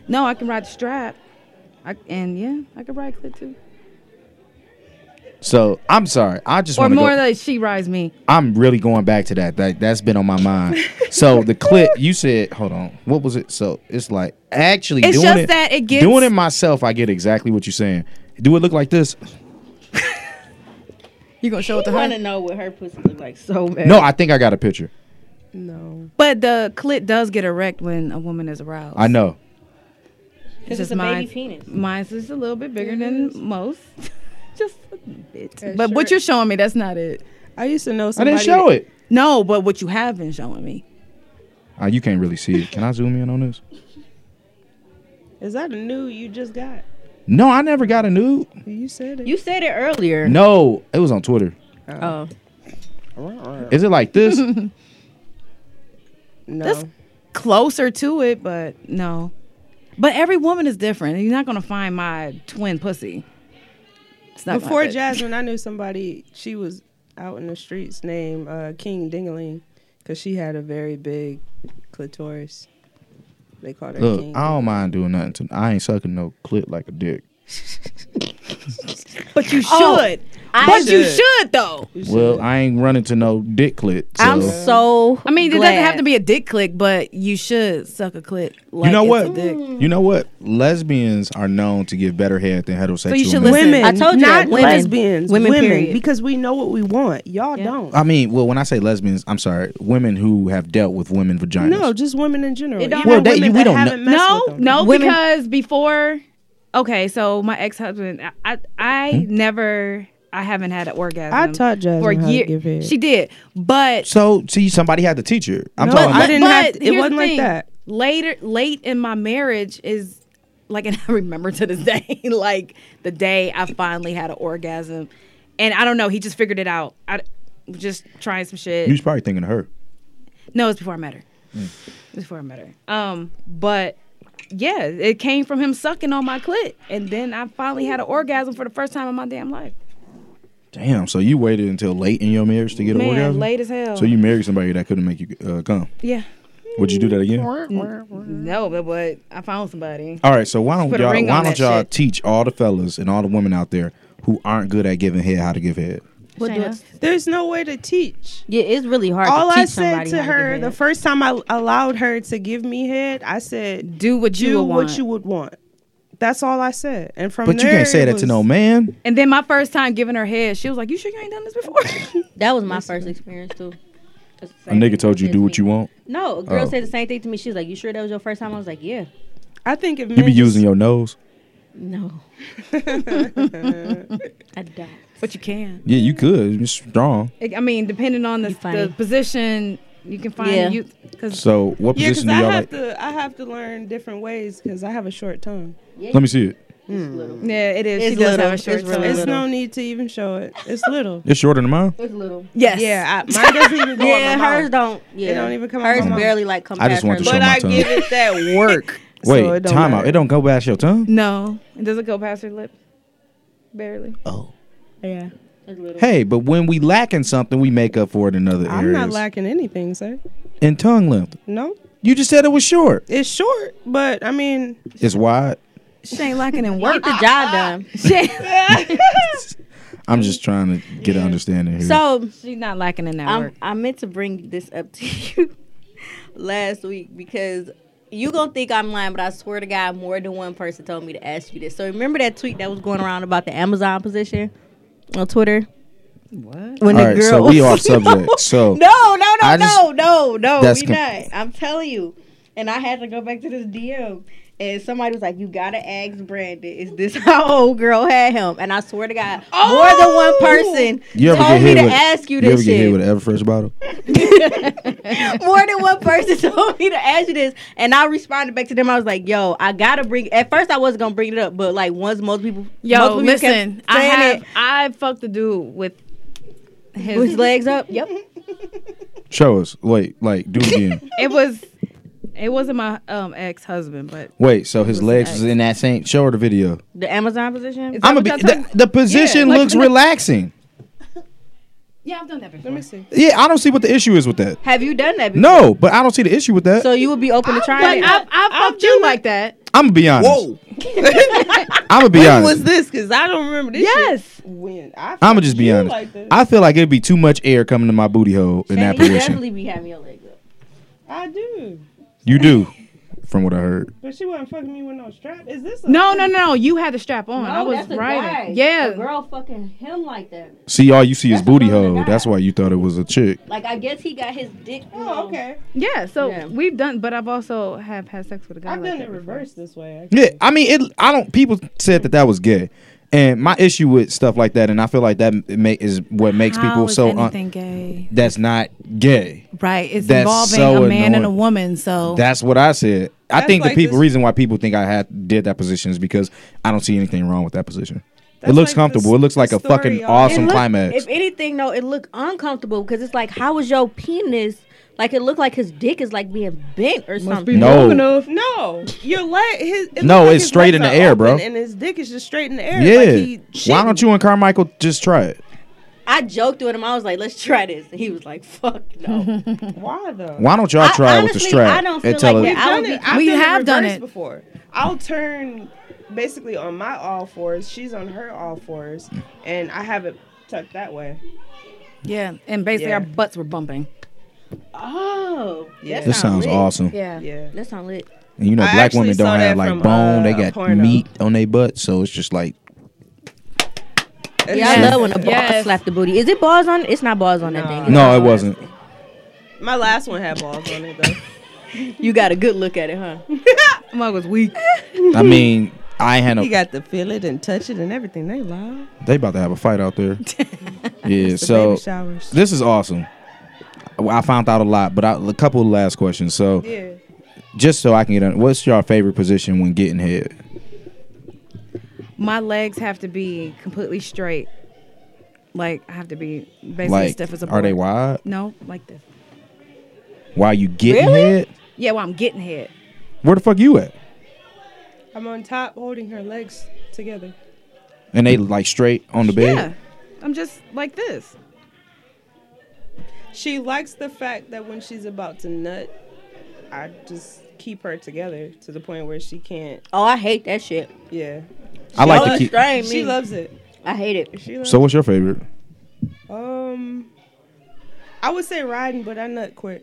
Speaker 6: No, I can ride the strap. I, and yeah, I can ride clit too.
Speaker 2: So I'm sorry. I just
Speaker 6: Or
Speaker 2: want to
Speaker 6: more
Speaker 2: go.
Speaker 6: like she rides me.
Speaker 2: I'm really going back to that. That that's been on my mind. so the clip you said, hold on, what was it? So it's like actually
Speaker 6: It's
Speaker 2: doing
Speaker 6: just
Speaker 2: it,
Speaker 6: that it gets-
Speaker 2: doing it myself. I get exactly what you're saying. Do it look like this?
Speaker 6: You gonna show it to
Speaker 4: I want
Speaker 6: her?
Speaker 4: to know what her pussy look like so bad.
Speaker 2: No, I think I got a picture.
Speaker 3: no.
Speaker 6: But the clit does get erect when a woman is aroused.
Speaker 2: I know.
Speaker 4: because it's
Speaker 6: just
Speaker 4: a baby
Speaker 6: mine.
Speaker 4: penis.
Speaker 6: Mine's just a little bit bigger than most. just a bit.
Speaker 3: Her
Speaker 6: But what
Speaker 3: shirt-
Speaker 6: you're showing me, that's not it.
Speaker 3: I used to know
Speaker 2: I
Speaker 3: somebody.
Speaker 2: didn't show it.
Speaker 6: No, but what you have been showing me.
Speaker 2: Uh, you can't really see it. Can I zoom in on this?
Speaker 3: Is that a new you just got?
Speaker 2: No, I never got a nude.
Speaker 3: You said it.
Speaker 4: You said it earlier.
Speaker 2: No, it was on Twitter.
Speaker 4: Oh.
Speaker 2: Is it like this?
Speaker 3: no.
Speaker 6: That's closer to it, but no. But every woman is different. You're not gonna find my twin pussy. It's not
Speaker 3: Before
Speaker 6: like that.
Speaker 3: Jasmine, I knew somebody. She was out in the streets named uh, King Dingaling because she had a very big clitoris. They called her
Speaker 2: Look,
Speaker 3: King.
Speaker 2: I don't mind doing nothing. To, I ain't sucking no clit like a dick.
Speaker 3: But you should.
Speaker 4: Oh, I
Speaker 6: but you
Speaker 4: should.
Speaker 6: should though.
Speaker 2: Well, I ain't running to no dick clit. So.
Speaker 4: I'm so.
Speaker 6: I mean, it
Speaker 4: glad.
Speaker 6: doesn't have to be a dick click, but you should suck a clit. Like
Speaker 2: you know what?
Speaker 6: it's a dick.
Speaker 2: You know what? Lesbians are known to give better head than heterosexual.
Speaker 6: you should
Speaker 2: men.
Speaker 6: listen.
Speaker 3: women.
Speaker 4: I told you
Speaker 3: not
Speaker 4: that, women.
Speaker 3: lesbians.
Speaker 4: Women,
Speaker 3: Women,
Speaker 4: period.
Speaker 3: because we know what we want. Y'all don't.
Speaker 2: I mean, well, when I say lesbians, I'm sorry, women who have dealt with women vaginas.
Speaker 3: no, just women in general.
Speaker 6: It don't-
Speaker 3: Even
Speaker 2: Well, they-
Speaker 3: women
Speaker 2: we
Speaker 3: that
Speaker 2: don't know-
Speaker 3: haven't messed
Speaker 6: No,
Speaker 3: with them.
Speaker 6: no,
Speaker 4: Women-
Speaker 6: because before, okay, so my ex husband, I, I, I never, I haven't had an orgasm.
Speaker 3: I taught Jasmine
Speaker 6: for
Speaker 3: how to
Speaker 6: year-
Speaker 3: give head.
Speaker 6: She did, but
Speaker 2: So, see, somebody had to teach her. I'm
Speaker 3: No,
Speaker 2: talking.
Speaker 3: I
Speaker 2: about-
Speaker 3: didn't
Speaker 6: but
Speaker 3: have to- it
Speaker 6: here's the
Speaker 3: wasn't like
Speaker 6: thing.
Speaker 3: that.
Speaker 6: Later, late in my marriage is like, and I remember to this day, like the day I finally had an orgasm, and I don't know, he just figured it out. I just trying some shit.
Speaker 2: You was probably thinking of her.
Speaker 6: No, it's before I met her. It was before I met her. Um, but yeah, it came from him sucking on my clit, and then I finally had an orgasm for the first time in my damn life.
Speaker 2: Damn. So you waited until late in your marriage to get an
Speaker 6: Man,
Speaker 2: orgasm.
Speaker 6: late as hell.
Speaker 2: So you married somebody that couldn't make you uh, come.
Speaker 6: Yeah.
Speaker 2: Would you do that again?
Speaker 6: No, but, but I found somebody.
Speaker 2: All right. So why don't
Speaker 6: Put a
Speaker 2: y'all
Speaker 6: ring
Speaker 2: why
Speaker 6: on
Speaker 2: don't
Speaker 6: that
Speaker 2: y'all
Speaker 6: shit.
Speaker 2: teach all the fellas and all the women out there who aren't good at giving head how to give head?
Speaker 4: What do it-
Speaker 3: There's no way to teach.
Speaker 4: Yeah, it's really hard.
Speaker 3: All
Speaker 4: to teach
Speaker 3: I said
Speaker 4: somebody
Speaker 3: to
Speaker 4: how
Speaker 3: her
Speaker 4: give
Speaker 3: the
Speaker 4: head.
Speaker 3: first time I allowed her to give me head, I said,
Speaker 6: Do what you
Speaker 3: "Do
Speaker 6: would want.
Speaker 3: what you would want." That's all I said. And from
Speaker 2: But you
Speaker 3: there,
Speaker 2: can't say
Speaker 3: it
Speaker 2: that to
Speaker 3: was-
Speaker 2: no man.
Speaker 6: and then my first time giving her head, she was like, "You sure you ain't done this before?"
Speaker 4: that was my first experience too. That's the
Speaker 2: A
Speaker 4: same
Speaker 2: nigga
Speaker 4: thing
Speaker 2: told you
Speaker 4: as
Speaker 2: do
Speaker 4: me.
Speaker 2: what you want.
Speaker 4: No, a girl
Speaker 2: Oh.
Speaker 4: said the same thing to me. She was like, "You sure that was your first time?" I was like, "Yeah."
Speaker 3: I think if
Speaker 2: You
Speaker 3: men
Speaker 2: be
Speaker 3: just-
Speaker 2: using your nose.
Speaker 4: No, I don't.
Speaker 6: but you can.
Speaker 2: Yeah, you could. You're strong.
Speaker 6: It- I mean, depending on the,
Speaker 4: You funny.
Speaker 6: the position, you can find
Speaker 4: Yeah.
Speaker 6: you because
Speaker 2: So what
Speaker 3: yeah,
Speaker 2: position
Speaker 3: because I
Speaker 2: do y'all
Speaker 3: have
Speaker 2: like?
Speaker 3: to. I have to learn different ways because I have a short tongue.
Speaker 2: Let me see it.
Speaker 6: yeah, it is.
Speaker 4: It's
Speaker 6: she does
Speaker 4: little.
Speaker 6: have a short
Speaker 4: It's really
Speaker 6: tongue.
Speaker 3: It's
Speaker 4: little.
Speaker 3: no need to even show it. It's little.
Speaker 2: It's shorter than mine.
Speaker 4: It's little.
Speaker 6: Yes.
Speaker 3: Yeah, I, mine doesn't even go
Speaker 4: Yeah,
Speaker 3: in my mouth.
Speaker 4: hers don't. Yeah,
Speaker 3: don't even come out
Speaker 4: Hers
Speaker 3: my mouth.
Speaker 4: barely like come.
Speaker 2: I just
Speaker 4: past
Speaker 2: want
Speaker 4: her
Speaker 2: to show
Speaker 4: lips.
Speaker 2: my tongue.
Speaker 3: it that work.
Speaker 2: Wait,
Speaker 3: so it don't
Speaker 2: time out.
Speaker 3: matter.
Speaker 2: It don't go past your tongue.
Speaker 6: No, it doesn't go past her lip. Barely.
Speaker 2: Oh.
Speaker 6: Yeah.
Speaker 2: Hey, but when we lacking something, we make up for it in other
Speaker 3: I'm
Speaker 2: areas.
Speaker 3: not lacking anything, sir.
Speaker 2: in tongue length.
Speaker 3: No,
Speaker 2: You just said it was short.
Speaker 3: it's short, but I mean,
Speaker 2: It's wide.
Speaker 6: She ain't lacking in work.
Speaker 4: Get the job done.
Speaker 2: I'm just trying to get an understanding here.
Speaker 4: So
Speaker 6: She's not lacking in that
Speaker 4: I'm,
Speaker 6: work.
Speaker 4: I meant to bring this up to you last week because you gonna think I'm lying, but I swear to God, more than one person told me to ask you this. So remember that tweet that was going around about the Amazon position on Twitter
Speaker 6: What?
Speaker 4: when
Speaker 2: all
Speaker 4: the
Speaker 2: right,
Speaker 4: girl.
Speaker 2: so we off subject. So
Speaker 4: no, no, no,
Speaker 2: Oh. I
Speaker 4: no,
Speaker 2: just-
Speaker 4: no, no,
Speaker 2: That's
Speaker 4: We
Speaker 2: com-
Speaker 4: not. I'm telling you. And I had to go back to this DM, and somebody was like, "You gotta ask Brandon. Is this how old girl had him?" And I swear to God, more than one person
Speaker 2: Oh! you ever
Speaker 4: told
Speaker 2: get
Speaker 4: me
Speaker 2: hit
Speaker 4: to
Speaker 2: with,
Speaker 4: ask you
Speaker 2: you ever
Speaker 4: this
Speaker 2: get
Speaker 4: shit.
Speaker 2: hit with an Everfresh bottle?
Speaker 4: more than one person told me to ask you this, and I responded back to them. I was like, "Yo, I gotta bring." At first, I wasn't gonna bring it up, but like once most people,
Speaker 6: Yo,
Speaker 4: multiple people kept
Speaker 6: listen. I
Speaker 4: saying
Speaker 6: have.
Speaker 4: it
Speaker 6: I fucked a dude with
Speaker 4: with his
Speaker 6: his.
Speaker 4: legs up. Yep,
Speaker 2: Show us. Wait, like do it again.
Speaker 6: it was. It wasn't my um ex husband, but
Speaker 2: Wait, so his legs was in that same. Show her the video.
Speaker 4: the Amazon position.
Speaker 6: Is that
Speaker 2: I'm a
Speaker 6: what
Speaker 2: be,
Speaker 6: y'all talking-
Speaker 2: the, the position
Speaker 6: Yeah, like-
Speaker 2: looks relaxing.
Speaker 6: yeah, I've done that before.
Speaker 3: let me see.
Speaker 2: Yeah, I don't see what the issue is with that.
Speaker 4: Have you done that? Before?
Speaker 2: No, but I don't see the issue with that.
Speaker 4: So you would be open to
Speaker 6: But
Speaker 4: trying it?
Speaker 6: I've, I've fucked you like that.
Speaker 2: I'm gonna be honest.
Speaker 3: Whoa.
Speaker 2: I'm gonna be
Speaker 3: When
Speaker 2: honest.
Speaker 3: was this? Because I don't remember this.
Speaker 6: Yes.
Speaker 3: shit. when I
Speaker 2: I'm gonna just be
Speaker 3: you
Speaker 2: honest.
Speaker 3: like this. I,
Speaker 2: I feel like it'd be too much air coming to my booty hole in
Speaker 4: Shane,
Speaker 2: that
Speaker 4: you
Speaker 2: position.
Speaker 4: definitely be having your legs up.
Speaker 3: do,
Speaker 2: You do, from what I heard.
Speaker 3: but she wasn't fucking me with no strap. Is this? A
Speaker 6: No, no, no. You had the strap on. I
Speaker 4: No,
Speaker 6: was
Speaker 4: Oh, that's a guy.
Speaker 6: right.
Speaker 4: a
Speaker 6: Yeah.
Speaker 4: girl fucking him like that.
Speaker 2: See, all you see is
Speaker 4: That's
Speaker 2: booty
Speaker 4: a grown
Speaker 2: hole.
Speaker 4: guy.
Speaker 2: That's why you thought it was a chick.
Speaker 4: Like I guess he got his dick. you know.
Speaker 3: Oh, okay.
Speaker 6: Yeah. So
Speaker 4: Yeah.
Speaker 6: we've done, but I've also have had sex with a guy.
Speaker 3: I've
Speaker 6: like
Speaker 3: done
Speaker 6: that
Speaker 3: it
Speaker 6: before.
Speaker 3: reverse this way. actually.
Speaker 2: Yeah, I mean, it. I don't. People said that that was gay, and my issue with stuff like that, and I feel like that m- ma- is what makes
Speaker 6: How
Speaker 2: people
Speaker 6: is
Speaker 2: so. Un-
Speaker 6: anything gay.
Speaker 2: that's not gay.
Speaker 6: Right. It's
Speaker 2: That's
Speaker 6: involving
Speaker 2: so
Speaker 6: a man and a
Speaker 2: annoying.
Speaker 6: woman. So
Speaker 2: That's what I said. I
Speaker 3: That's
Speaker 2: think the
Speaker 3: like
Speaker 2: people
Speaker 3: this-
Speaker 2: reason why people think I had did that position is because I don't see anything wrong with that position. it
Speaker 3: That's
Speaker 2: looks
Speaker 3: like the
Speaker 2: comfortable. It looks like a
Speaker 3: story
Speaker 2: fucking
Speaker 3: on-
Speaker 4: It
Speaker 2: awesome
Speaker 4: looked-
Speaker 2: climax.
Speaker 4: If anything, no, it looked uncomfortable because it's like, how is your penis? Like it looked like his dick is like being bent or something.
Speaker 2: no,
Speaker 3: No, your leg. His, it
Speaker 2: No,
Speaker 3: looked
Speaker 2: it's
Speaker 3: his
Speaker 2: straight
Speaker 3: legs
Speaker 2: in the
Speaker 3: are
Speaker 2: air, bro.
Speaker 3: open And his dick is just straight in the air.
Speaker 2: Yeah.
Speaker 3: Like he
Speaker 2: Why don't you and Carmichael just try it?
Speaker 4: I joked with him. I was like, let's try this, and he was like, fuck no.
Speaker 3: shitting. Why though?
Speaker 2: Why don't y'all
Speaker 4: I-
Speaker 2: try it with the
Speaker 4: honestly,
Speaker 2: strap?
Speaker 4: I don't
Speaker 2: and
Speaker 4: feel like
Speaker 2: tell
Speaker 4: we-
Speaker 2: her-
Speaker 4: I would
Speaker 3: Done it.
Speaker 4: be-
Speaker 3: I've
Speaker 6: we
Speaker 3: done it
Speaker 6: have done
Speaker 3: reverse
Speaker 6: it.
Speaker 3: before. I'll turn basically on my all fours. She's on her all fours, and I have it tucked that way.
Speaker 6: Yeah, and basically
Speaker 3: Yeah.
Speaker 6: our butts were bumping.
Speaker 4: Oh,
Speaker 3: Yeah,
Speaker 2: This sounds awesome.
Speaker 6: Yeah.
Speaker 3: yeah.
Speaker 4: that sound lit.
Speaker 2: And you know,
Speaker 3: I
Speaker 2: black
Speaker 3: actually
Speaker 2: women
Speaker 3: saw
Speaker 2: don't have
Speaker 3: that
Speaker 2: like
Speaker 3: from,
Speaker 2: bone; they
Speaker 3: uh,
Speaker 2: got
Speaker 3: porno.
Speaker 2: meat on their butt, so it's just like
Speaker 4: Yeah, I
Speaker 3: Yes.
Speaker 4: love when a ball
Speaker 6: Yes.
Speaker 4: slap the booty. Is it balls on? It's not balls on that thing.
Speaker 2: no, it wasn't.
Speaker 3: My last one had balls on it though.
Speaker 4: You got a good look at it, huh?
Speaker 6: Mug was weak.
Speaker 2: I mean, I ain't had
Speaker 3: You
Speaker 2: no.
Speaker 3: got to feel it and touch it and everything. They love
Speaker 2: They about to have a fight out there. yeah,
Speaker 3: the
Speaker 2: so
Speaker 3: baby showers.
Speaker 2: this is awesome. Well, I found out a lot, but I, a couple of last questions. So
Speaker 3: Yeah.
Speaker 2: just so I can get on, what's your favorite position when getting head?
Speaker 6: My legs have to be completely straight. Like I have to be basically
Speaker 2: Like,
Speaker 6: stiff as a board.
Speaker 2: are they wide?
Speaker 6: No, like this.
Speaker 2: While you getting
Speaker 4: Really?
Speaker 2: head?
Speaker 6: Yeah, well I'm getting hit.
Speaker 2: Where the fuck you at?
Speaker 3: I'm on top holding her legs together.
Speaker 2: And they like straight on the bed.
Speaker 6: Yeah. I'm just like this.
Speaker 3: She likes the fact that when she's about to nut, I just keep her together to the point where she can't.
Speaker 4: Oh, I hate that shit.
Speaker 3: Yeah.
Speaker 2: I like to
Speaker 4: Y'all
Speaker 2: keep.
Speaker 4: strain me.
Speaker 3: She loves it.
Speaker 4: I hate it.
Speaker 3: She loves
Speaker 2: So what's your favorite?
Speaker 3: Um, I would say riding, but I nut quick.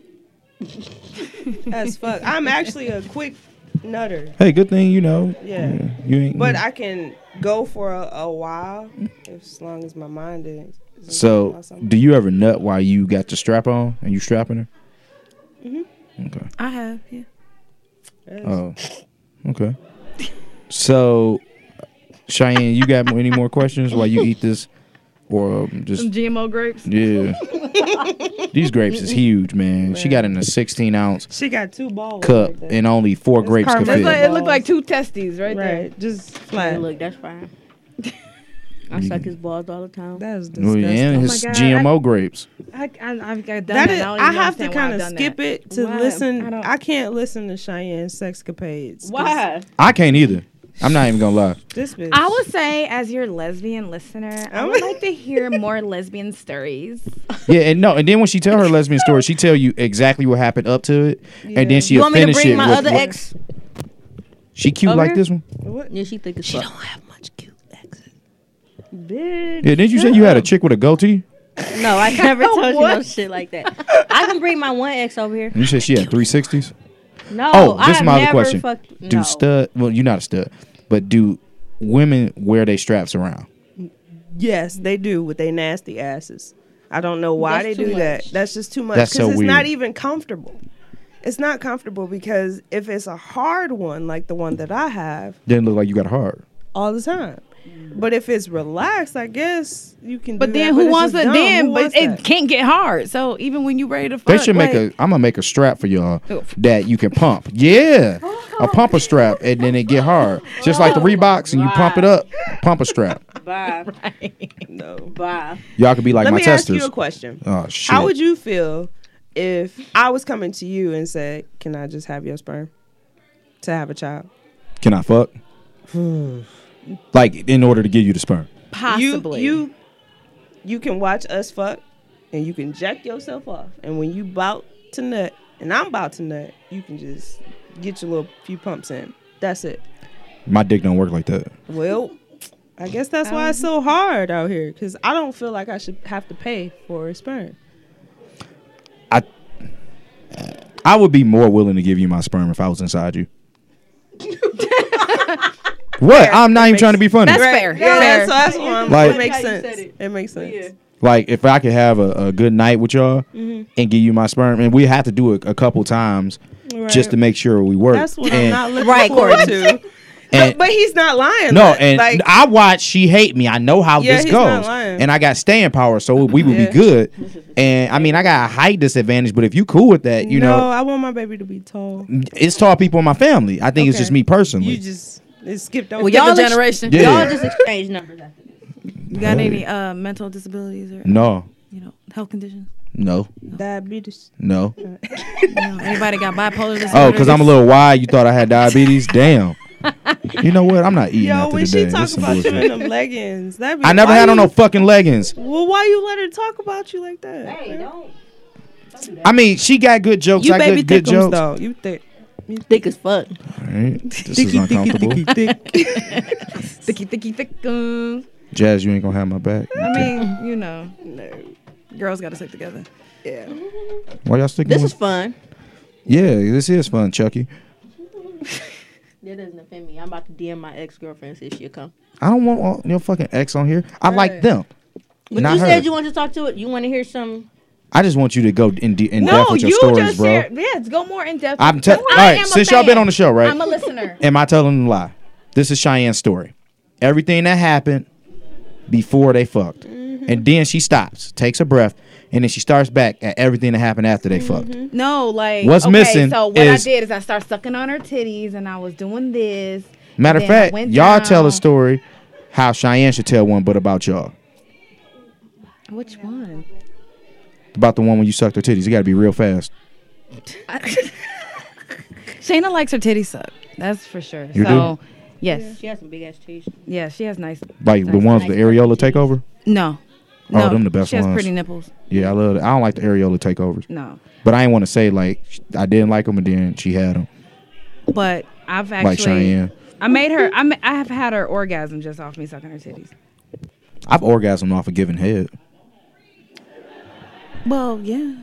Speaker 3: As fuck. I'm actually a quick nutter,
Speaker 2: Hey, good thing you know.
Speaker 3: Yeah.
Speaker 2: You ain't.
Speaker 3: but I can go for a, a while if, as long as my mind is. is
Speaker 2: so
Speaker 3: about something.
Speaker 2: do you ever nut while you got the strap on and you strapping her? Okay.
Speaker 6: I have, yeah.
Speaker 3: Yes.
Speaker 2: Oh. Okay. So, Cheyenne, you got any more questions while you eat this, or um, just
Speaker 6: Some GMO grapes.
Speaker 2: yeah? These grapes is huge, man. She got in a 16 ounce
Speaker 3: she got two balls.
Speaker 2: cup,
Speaker 3: like that.
Speaker 2: and only four grapes could
Speaker 3: Carmen.
Speaker 6: It's
Speaker 2: fit.
Speaker 6: like, it looked like two testes right, there.
Speaker 3: right, just
Speaker 4: Hey,
Speaker 3: flat.
Speaker 4: look, that's fine. I suck his balls all the time.
Speaker 3: That is
Speaker 2: Oh,
Speaker 3: disgusting.
Speaker 2: yeah, and his
Speaker 6: God, I-
Speaker 2: GMO grapes.
Speaker 6: I, I, I've got done
Speaker 3: That
Speaker 6: that.
Speaker 3: is,
Speaker 6: I, don't
Speaker 3: I
Speaker 6: even
Speaker 3: have to
Speaker 6: understand why I've
Speaker 3: kind of
Speaker 6: done
Speaker 3: skip
Speaker 6: that.
Speaker 3: it to
Speaker 6: Why?
Speaker 3: listen.
Speaker 6: I
Speaker 3: I,
Speaker 6: don't-
Speaker 3: can't listen to Cheyenne's sexcapades. 'cause
Speaker 4: Why?
Speaker 2: I can't either. I'm not even gonna lie.
Speaker 3: This bitch.
Speaker 6: I would say, as your lesbian listener, I would like to hear more lesbian stories.
Speaker 2: Yeah, and no, and then when she tell her lesbian story, she tell you exactly what happened up to it, and then she
Speaker 4: You want me to
Speaker 2: finish it
Speaker 4: bring my
Speaker 2: with
Speaker 4: other
Speaker 2: what-
Speaker 4: ex?
Speaker 2: She cute
Speaker 4: over
Speaker 2: like
Speaker 4: here?
Speaker 2: this one.
Speaker 4: Yeah, she think it's. She don't have much cute exes. Bitch.
Speaker 2: Yeah, didn't you say you had a chick with a goatee?
Speaker 4: No, I never told you no shit like that. I can bring my one ex over here.
Speaker 2: And you said she had 360s.
Speaker 4: No,
Speaker 2: Oh, this
Speaker 4: I
Speaker 2: is my other
Speaker 4: never
Speaker 2: question.
Speaker 4: Fucked,
Speaker 2: Do
Speaker 4: no.
Speaker 2: stud? Well, you're not a stud, but do women wear they straps around?
Speaker 3: Yes, they do with their nasty asses. I don't know why
Speaker 4: That's
Speaker 3: they
Speaker 4: too
Speaker 3: do that.
Speaker 4: much.
Speaker 3: That's just too much.
Speaker 2: That's so
Speaker 3: it's
Speaker 2: weird.
Speaker 3: not even comfortable. It's not comfortable because if it's a hard one like the one that I have
Speaker 2: Didn't look like you got hard.
Speaker 3: all the time. But if it's relaxed, I guess you can.
Speaker 6: But
Speaker 3: do that,
Speaker 6: then who
Speaker 3: it's
Speaker 6: wants
Speaker 3: just
Speaker 6: to
Speaker 3: dumb.
Speaker 6: then?
Speaker 3: Who
Speaker 6: But
Speaker 3: wants
Speaker 6: it
Speaker 3: that?
Speaker 6: can't get hard. So even when you ready to fuck,
Speaker 2: They should make a. I'm gonna make a strap for y'all
Speaker 6: Oof.
Speaker 2: that you can pump. Yeah, a pumper strap, and then it get hard, just like the Reeboks, and you pump it up. Pumper strap.
Speaker 4: Bye,
Speaker 3: No.
Speaker 4: bye.
Speaker 2: Y'all could be like
Speaker 3: Let
Speaker 2: my
Speaker 3: me
Speaker 2: testers.
Speaker 3: ask you a question.
Speaker 2: oh shit!
Speaker 3: How would you feel if I was coming to you and said, "Can I just have your sperm to have a child?"
Speaker 2: can I fuck?
Speaker 3: Hmm.
Speaker 2: like in order to give you the sperm.
Speaker 6: possibly.
Speaker 3: You, you you can watch us fuck and you can jack yourself off. And when you bout to nut and I'm about to nut, you can just get your little few pumps in. That's it.
Speaker 2: My dick don't work like that.
Speaker 3: Well, I guess that's why it's so hard out here cuz I don't feel like I should have to pay for a sperm.
Speaker 2: I I would be more willing to give you my sperm if I was inside you. what? I'm not even trying to be funny.
Speaker 6: That's fair.
Speaker 3: Yeah,
Speaker 6: fair.
Speaker 3: that's, that's why I'm,
Speaker 2: Like-
Speaker 3: it makes
Speaker 4: Like how you
Speaker 3: sense.
Speaker 4: said
Speaker 3: It.
Speaker 4: it.
Speaker 3: makes sense.
Speaker 2: Like if I could have a, a good night with y'all
Speaker 3: Mm-hmm.
Speaker 2: and give you my sperm, and we have to do it a couple times just to make sure we work.
Speaker 3: That's what
Speaker 2: and,
Speaker 3: I'm not looking
Speaker 4: Right,
Speaker 3: forward to.
Speaker 2: and-
Speaker 3: but he's not lying.
Speaker 2: no,
Speaker 3: like-
Speaker 2: and
Speaker 3: like,
Speaker 2: I watch She Hate Me. I know how
Speaker 3: Yeah,
Speaker 2: this
Speaker 3: he's not
Speaker 2: goes.
Speaker 3: lying.
Speaker 2: And I got staying power, so we would
Speaker 3: Yeah.
Speaker 2: be good. And I mean, I got a height disadvantage, but if you cool with that, you
Speaker 3: no,
Speaker 2: know,
Speaker 3: I want my baby to be tall.
Speaker 2: it's tall people in my family. I think it's
Speaker 3: Okay.
Speaker 2: just me personally.
Speaker 3: You just it skipped over.
Speaker 4: Well,
Speaker 6: Different
Speaker 4: y'all ex-
Speaker 6: generation.
Speaker 2: Yeah.
Speaker 4: Y'all just exchange numbers.
Speaker 6: You got any uh, mental disabilities or
Speaker 2: no,
Speaker 6: you know health conditions?
Speaker 2: no,
Speaker 3: diabetes.
Speaker 2: no.
Speaker 6: You know, anybody got bipolar disorder?
Speaker 2: Oh, because I'm a little wide. You thought I had diabetes? Damn. You know what? I'm not eating
Speaker 3: Yo,
Speaker 2: after
Speaker 3: when
Speaker 2: today.
Speaker 3: she
Speaker 2: This
Speaker 3: talks
Speaker 2: some
Speaker 3: about you
Speaker 2: bullshit.
Speaker 3: in them leggings, that be
Speaker 2: I never
Speaker 3: why
Speaker 2: had on
Speaker 3: you-
Speaker 2: no fucking leggings.
Speaker 3: Well, why you let her talk about you like that?
Speaker 4: Hey, don't.
Speaker 2: I mean, she got good jokes.
Speaker 3: you
Speaker 2: I
Speaker 3: baby
Speaker 2: got good
Speaker 3: thickums
Speaker 2: jokes.
Speaker 3: though. You thick.
Speaker 4: You thick as fuck.
Speaker 2: All right. This is uncomfortable.
Speaker 6: Thicky, thicky, thick. um.
Speaker 2: Jazz, you ain't gonna have my back.
Speaker 6: I mean, you know,
Speaker 3: No.
Speaker 6: girls got to stick together.
Speaker 3: Yeah.
Speaker 2: Why y'all sticking
Speaker 4: This
Speaker 2: with?
Speaker 4: is fun.
Speaker 2: yeah, this is fun, Chucky.
Speaker 4: That doesn't offend me. I'm about to DM my ex girlfriend see if she'll come.
Speaker 2: I don't want all your fucking ex on here. I like them.
Speaker 4: But
Speaker 2: Not
Speaker 4: you
Speaker 2: her.
Speaker 4: said you want to talk to it. You want to hear some.
Speaker 2: I just want you to go in, de- in
Speaker 6: Oh,
Speaker 2: depth with your stories, bro.
Speaker 6: share. Yeah, go more in depth.
Speaker 2: I'm telling. All right, since y'all been on the show, right?
Speaker 6: I'm a listener.
Speaker 2: Am I telling a lie? This is Cheyenne's story. Everything that happened before they fucked. And then she stops, takes a breath, and then she starts back at everything that happened after they fucked.
Speaker 6: No, like
Speaker 2: What's
Speaker 6: okay,
Speaker 2: missing
Speaker 6: So what
Speaker 2: is-
Speaker 6: I did is I started sucking on her titties, and I was doing this.
Speaker 2: Matter of
Speaker 6: Then I
Speaker 2: fact,
Speaker 6: went
Speaker 2: y'all
Speaker 6: down-
Speaker 2: tell a story how Cheyenne should tell one, but about y'all.
Speaker 6: Which one?
Speaker 2: About the one when you sucked her titties. You gotta be real fast.
Speaker 6: Shayna likes her titty suck. That's for sure.
Speaker 2: You
Speaker 6: so, yes,
Speaker 4: She has some big ass teeth.
Speaker 6: yeah, she has nice.
Speaker 2: Like the
Speaker 6: That's
Speaker 2: ones with the areola takeover.
Speaker 6: No,
Speaker 2: Oh,
Speaker 6: no,
Speaker 2: them the best
Speaker 6: She has
Speaker 2: ones.
Speaker 6: pretty nipples.
Speaker 2: Yeah, I love it. I don't like the areola takeovers.
Speaker 6: No,
Speaker 2: But I ain't want to say like sh- I didn't like them and then she had them.
Speaker 6: but I've actually.
Speaker 2: Like Cheyenne.
Speaker 6: I made her. I ma- I have had her orgasm just off me sucking her titties.
Speaker 2: I've orgasmed off a given head.
Speaker 6: Well, yeah,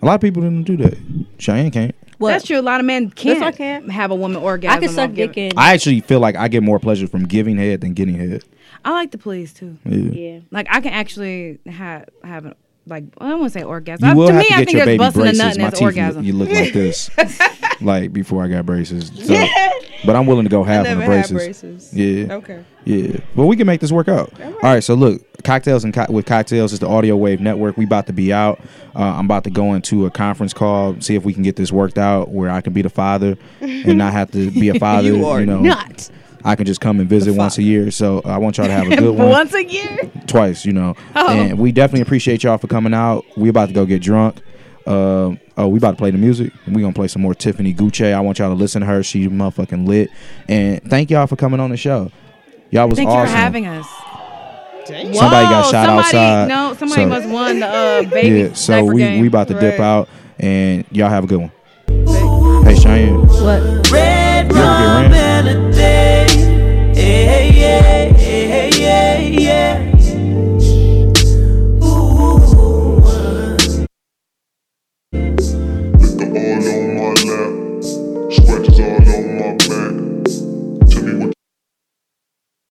Speaker 2: A lot of people didn't do that. Cheyenne can't.
Speaker 4: What?
Speaker 6: that's true. A lot of men can't
Speaker 4: I can.
Speaker 6: have a woman orgasm.
Speaker 4: I can suck
Speaker 6: off
Speaker 4: dick
Speaker 6: giving-
Speaker 4: in.
Speaker 2: I actually feel like I get more pleasure from giving head than getting head.
Speaker 6: I like to please too.
Speaker 2: Yeah.
Speaker 4: yeah.
Speaker 6: Like I can actually have have an like I don't want to say orgasm.
Speaker 2: You
Speaker 6: I,
Speaker 2: will
Speaker 6: to
Speaker 2: have
Speaker 6: me,
Speaker 2: to
Speaker 6: I
Speaker 2: get
Speaker 6: think
Speaker 2: your
Speaker 6: that's
Speaker 2: baby
Speaker 6: busting a
Speaker 2: braces.
Speaker 6: nut and
Speaker 2: My
Speaker 6: that's
Speaker 2: teeth, you-
Speaker 6: orgasm.
Speaker 2: You, look like this, like before I got braces. So, But I'm willing to go half on
Speaker 3: Never
Speaker 2: the
Speaker 3: had
Speaker 2: braces.
Speaker 3: braces.
Speaker 2: Yeah,
Speaker 3: Okay.
Speaker 2: yeah. But we can make this work out. All right. So look, cocktails and co- with cocktails is the Audio Wave Network. We about to be out. Uh, I'm about to go into a conference call, see if we can get this worked out, where I can be the father and not have to be a father. you,
Speaker 3: are
Speaker 2: know,
Speaker 5: Not.
Speaker 2: I can just come and visit once a year. So I want y'all to have a good one
Speaker 6: Once a year.
Speaker 2: twice, you know.
Speaker 6: Oh.
Speaker 2: And we definitely appreciate y'all for coming out. We about to go get drunk. Um oh, we about to play the music. We gonna play some more Tiffany Gucci. I want y'all to listen to her. She motherfucking lit. And thank y'all for coming on the show. Y'all was
Speaker 6: Thank
Speaker 2: awesome.
Speaker 6: you for having us.
Speaker 2: Somebody got
Speaker 6: Whoa,
Speaker 2: shot
Speaker 6: somebody,
Speaker 2: outside.
Speaker 6: No, somebody
Speaker 2: So-
Speaker 6: must won the uh, baby.
Speaker 2: yeah. So
Speaker 6: diaper
Speaker 2: we
Speaker 6: game.
Speaker 2: we about to dip
Speaker 3: Right.
Speaker 2: out, and y'all have a good one. Hey Cheyenne,
Speaker 4: What?
Speaker 1: Red
Speaker 2: You ever get
Speaker 1: rum
Speaker 2: ran?
Speaker 1: melody. Yeah, yeah.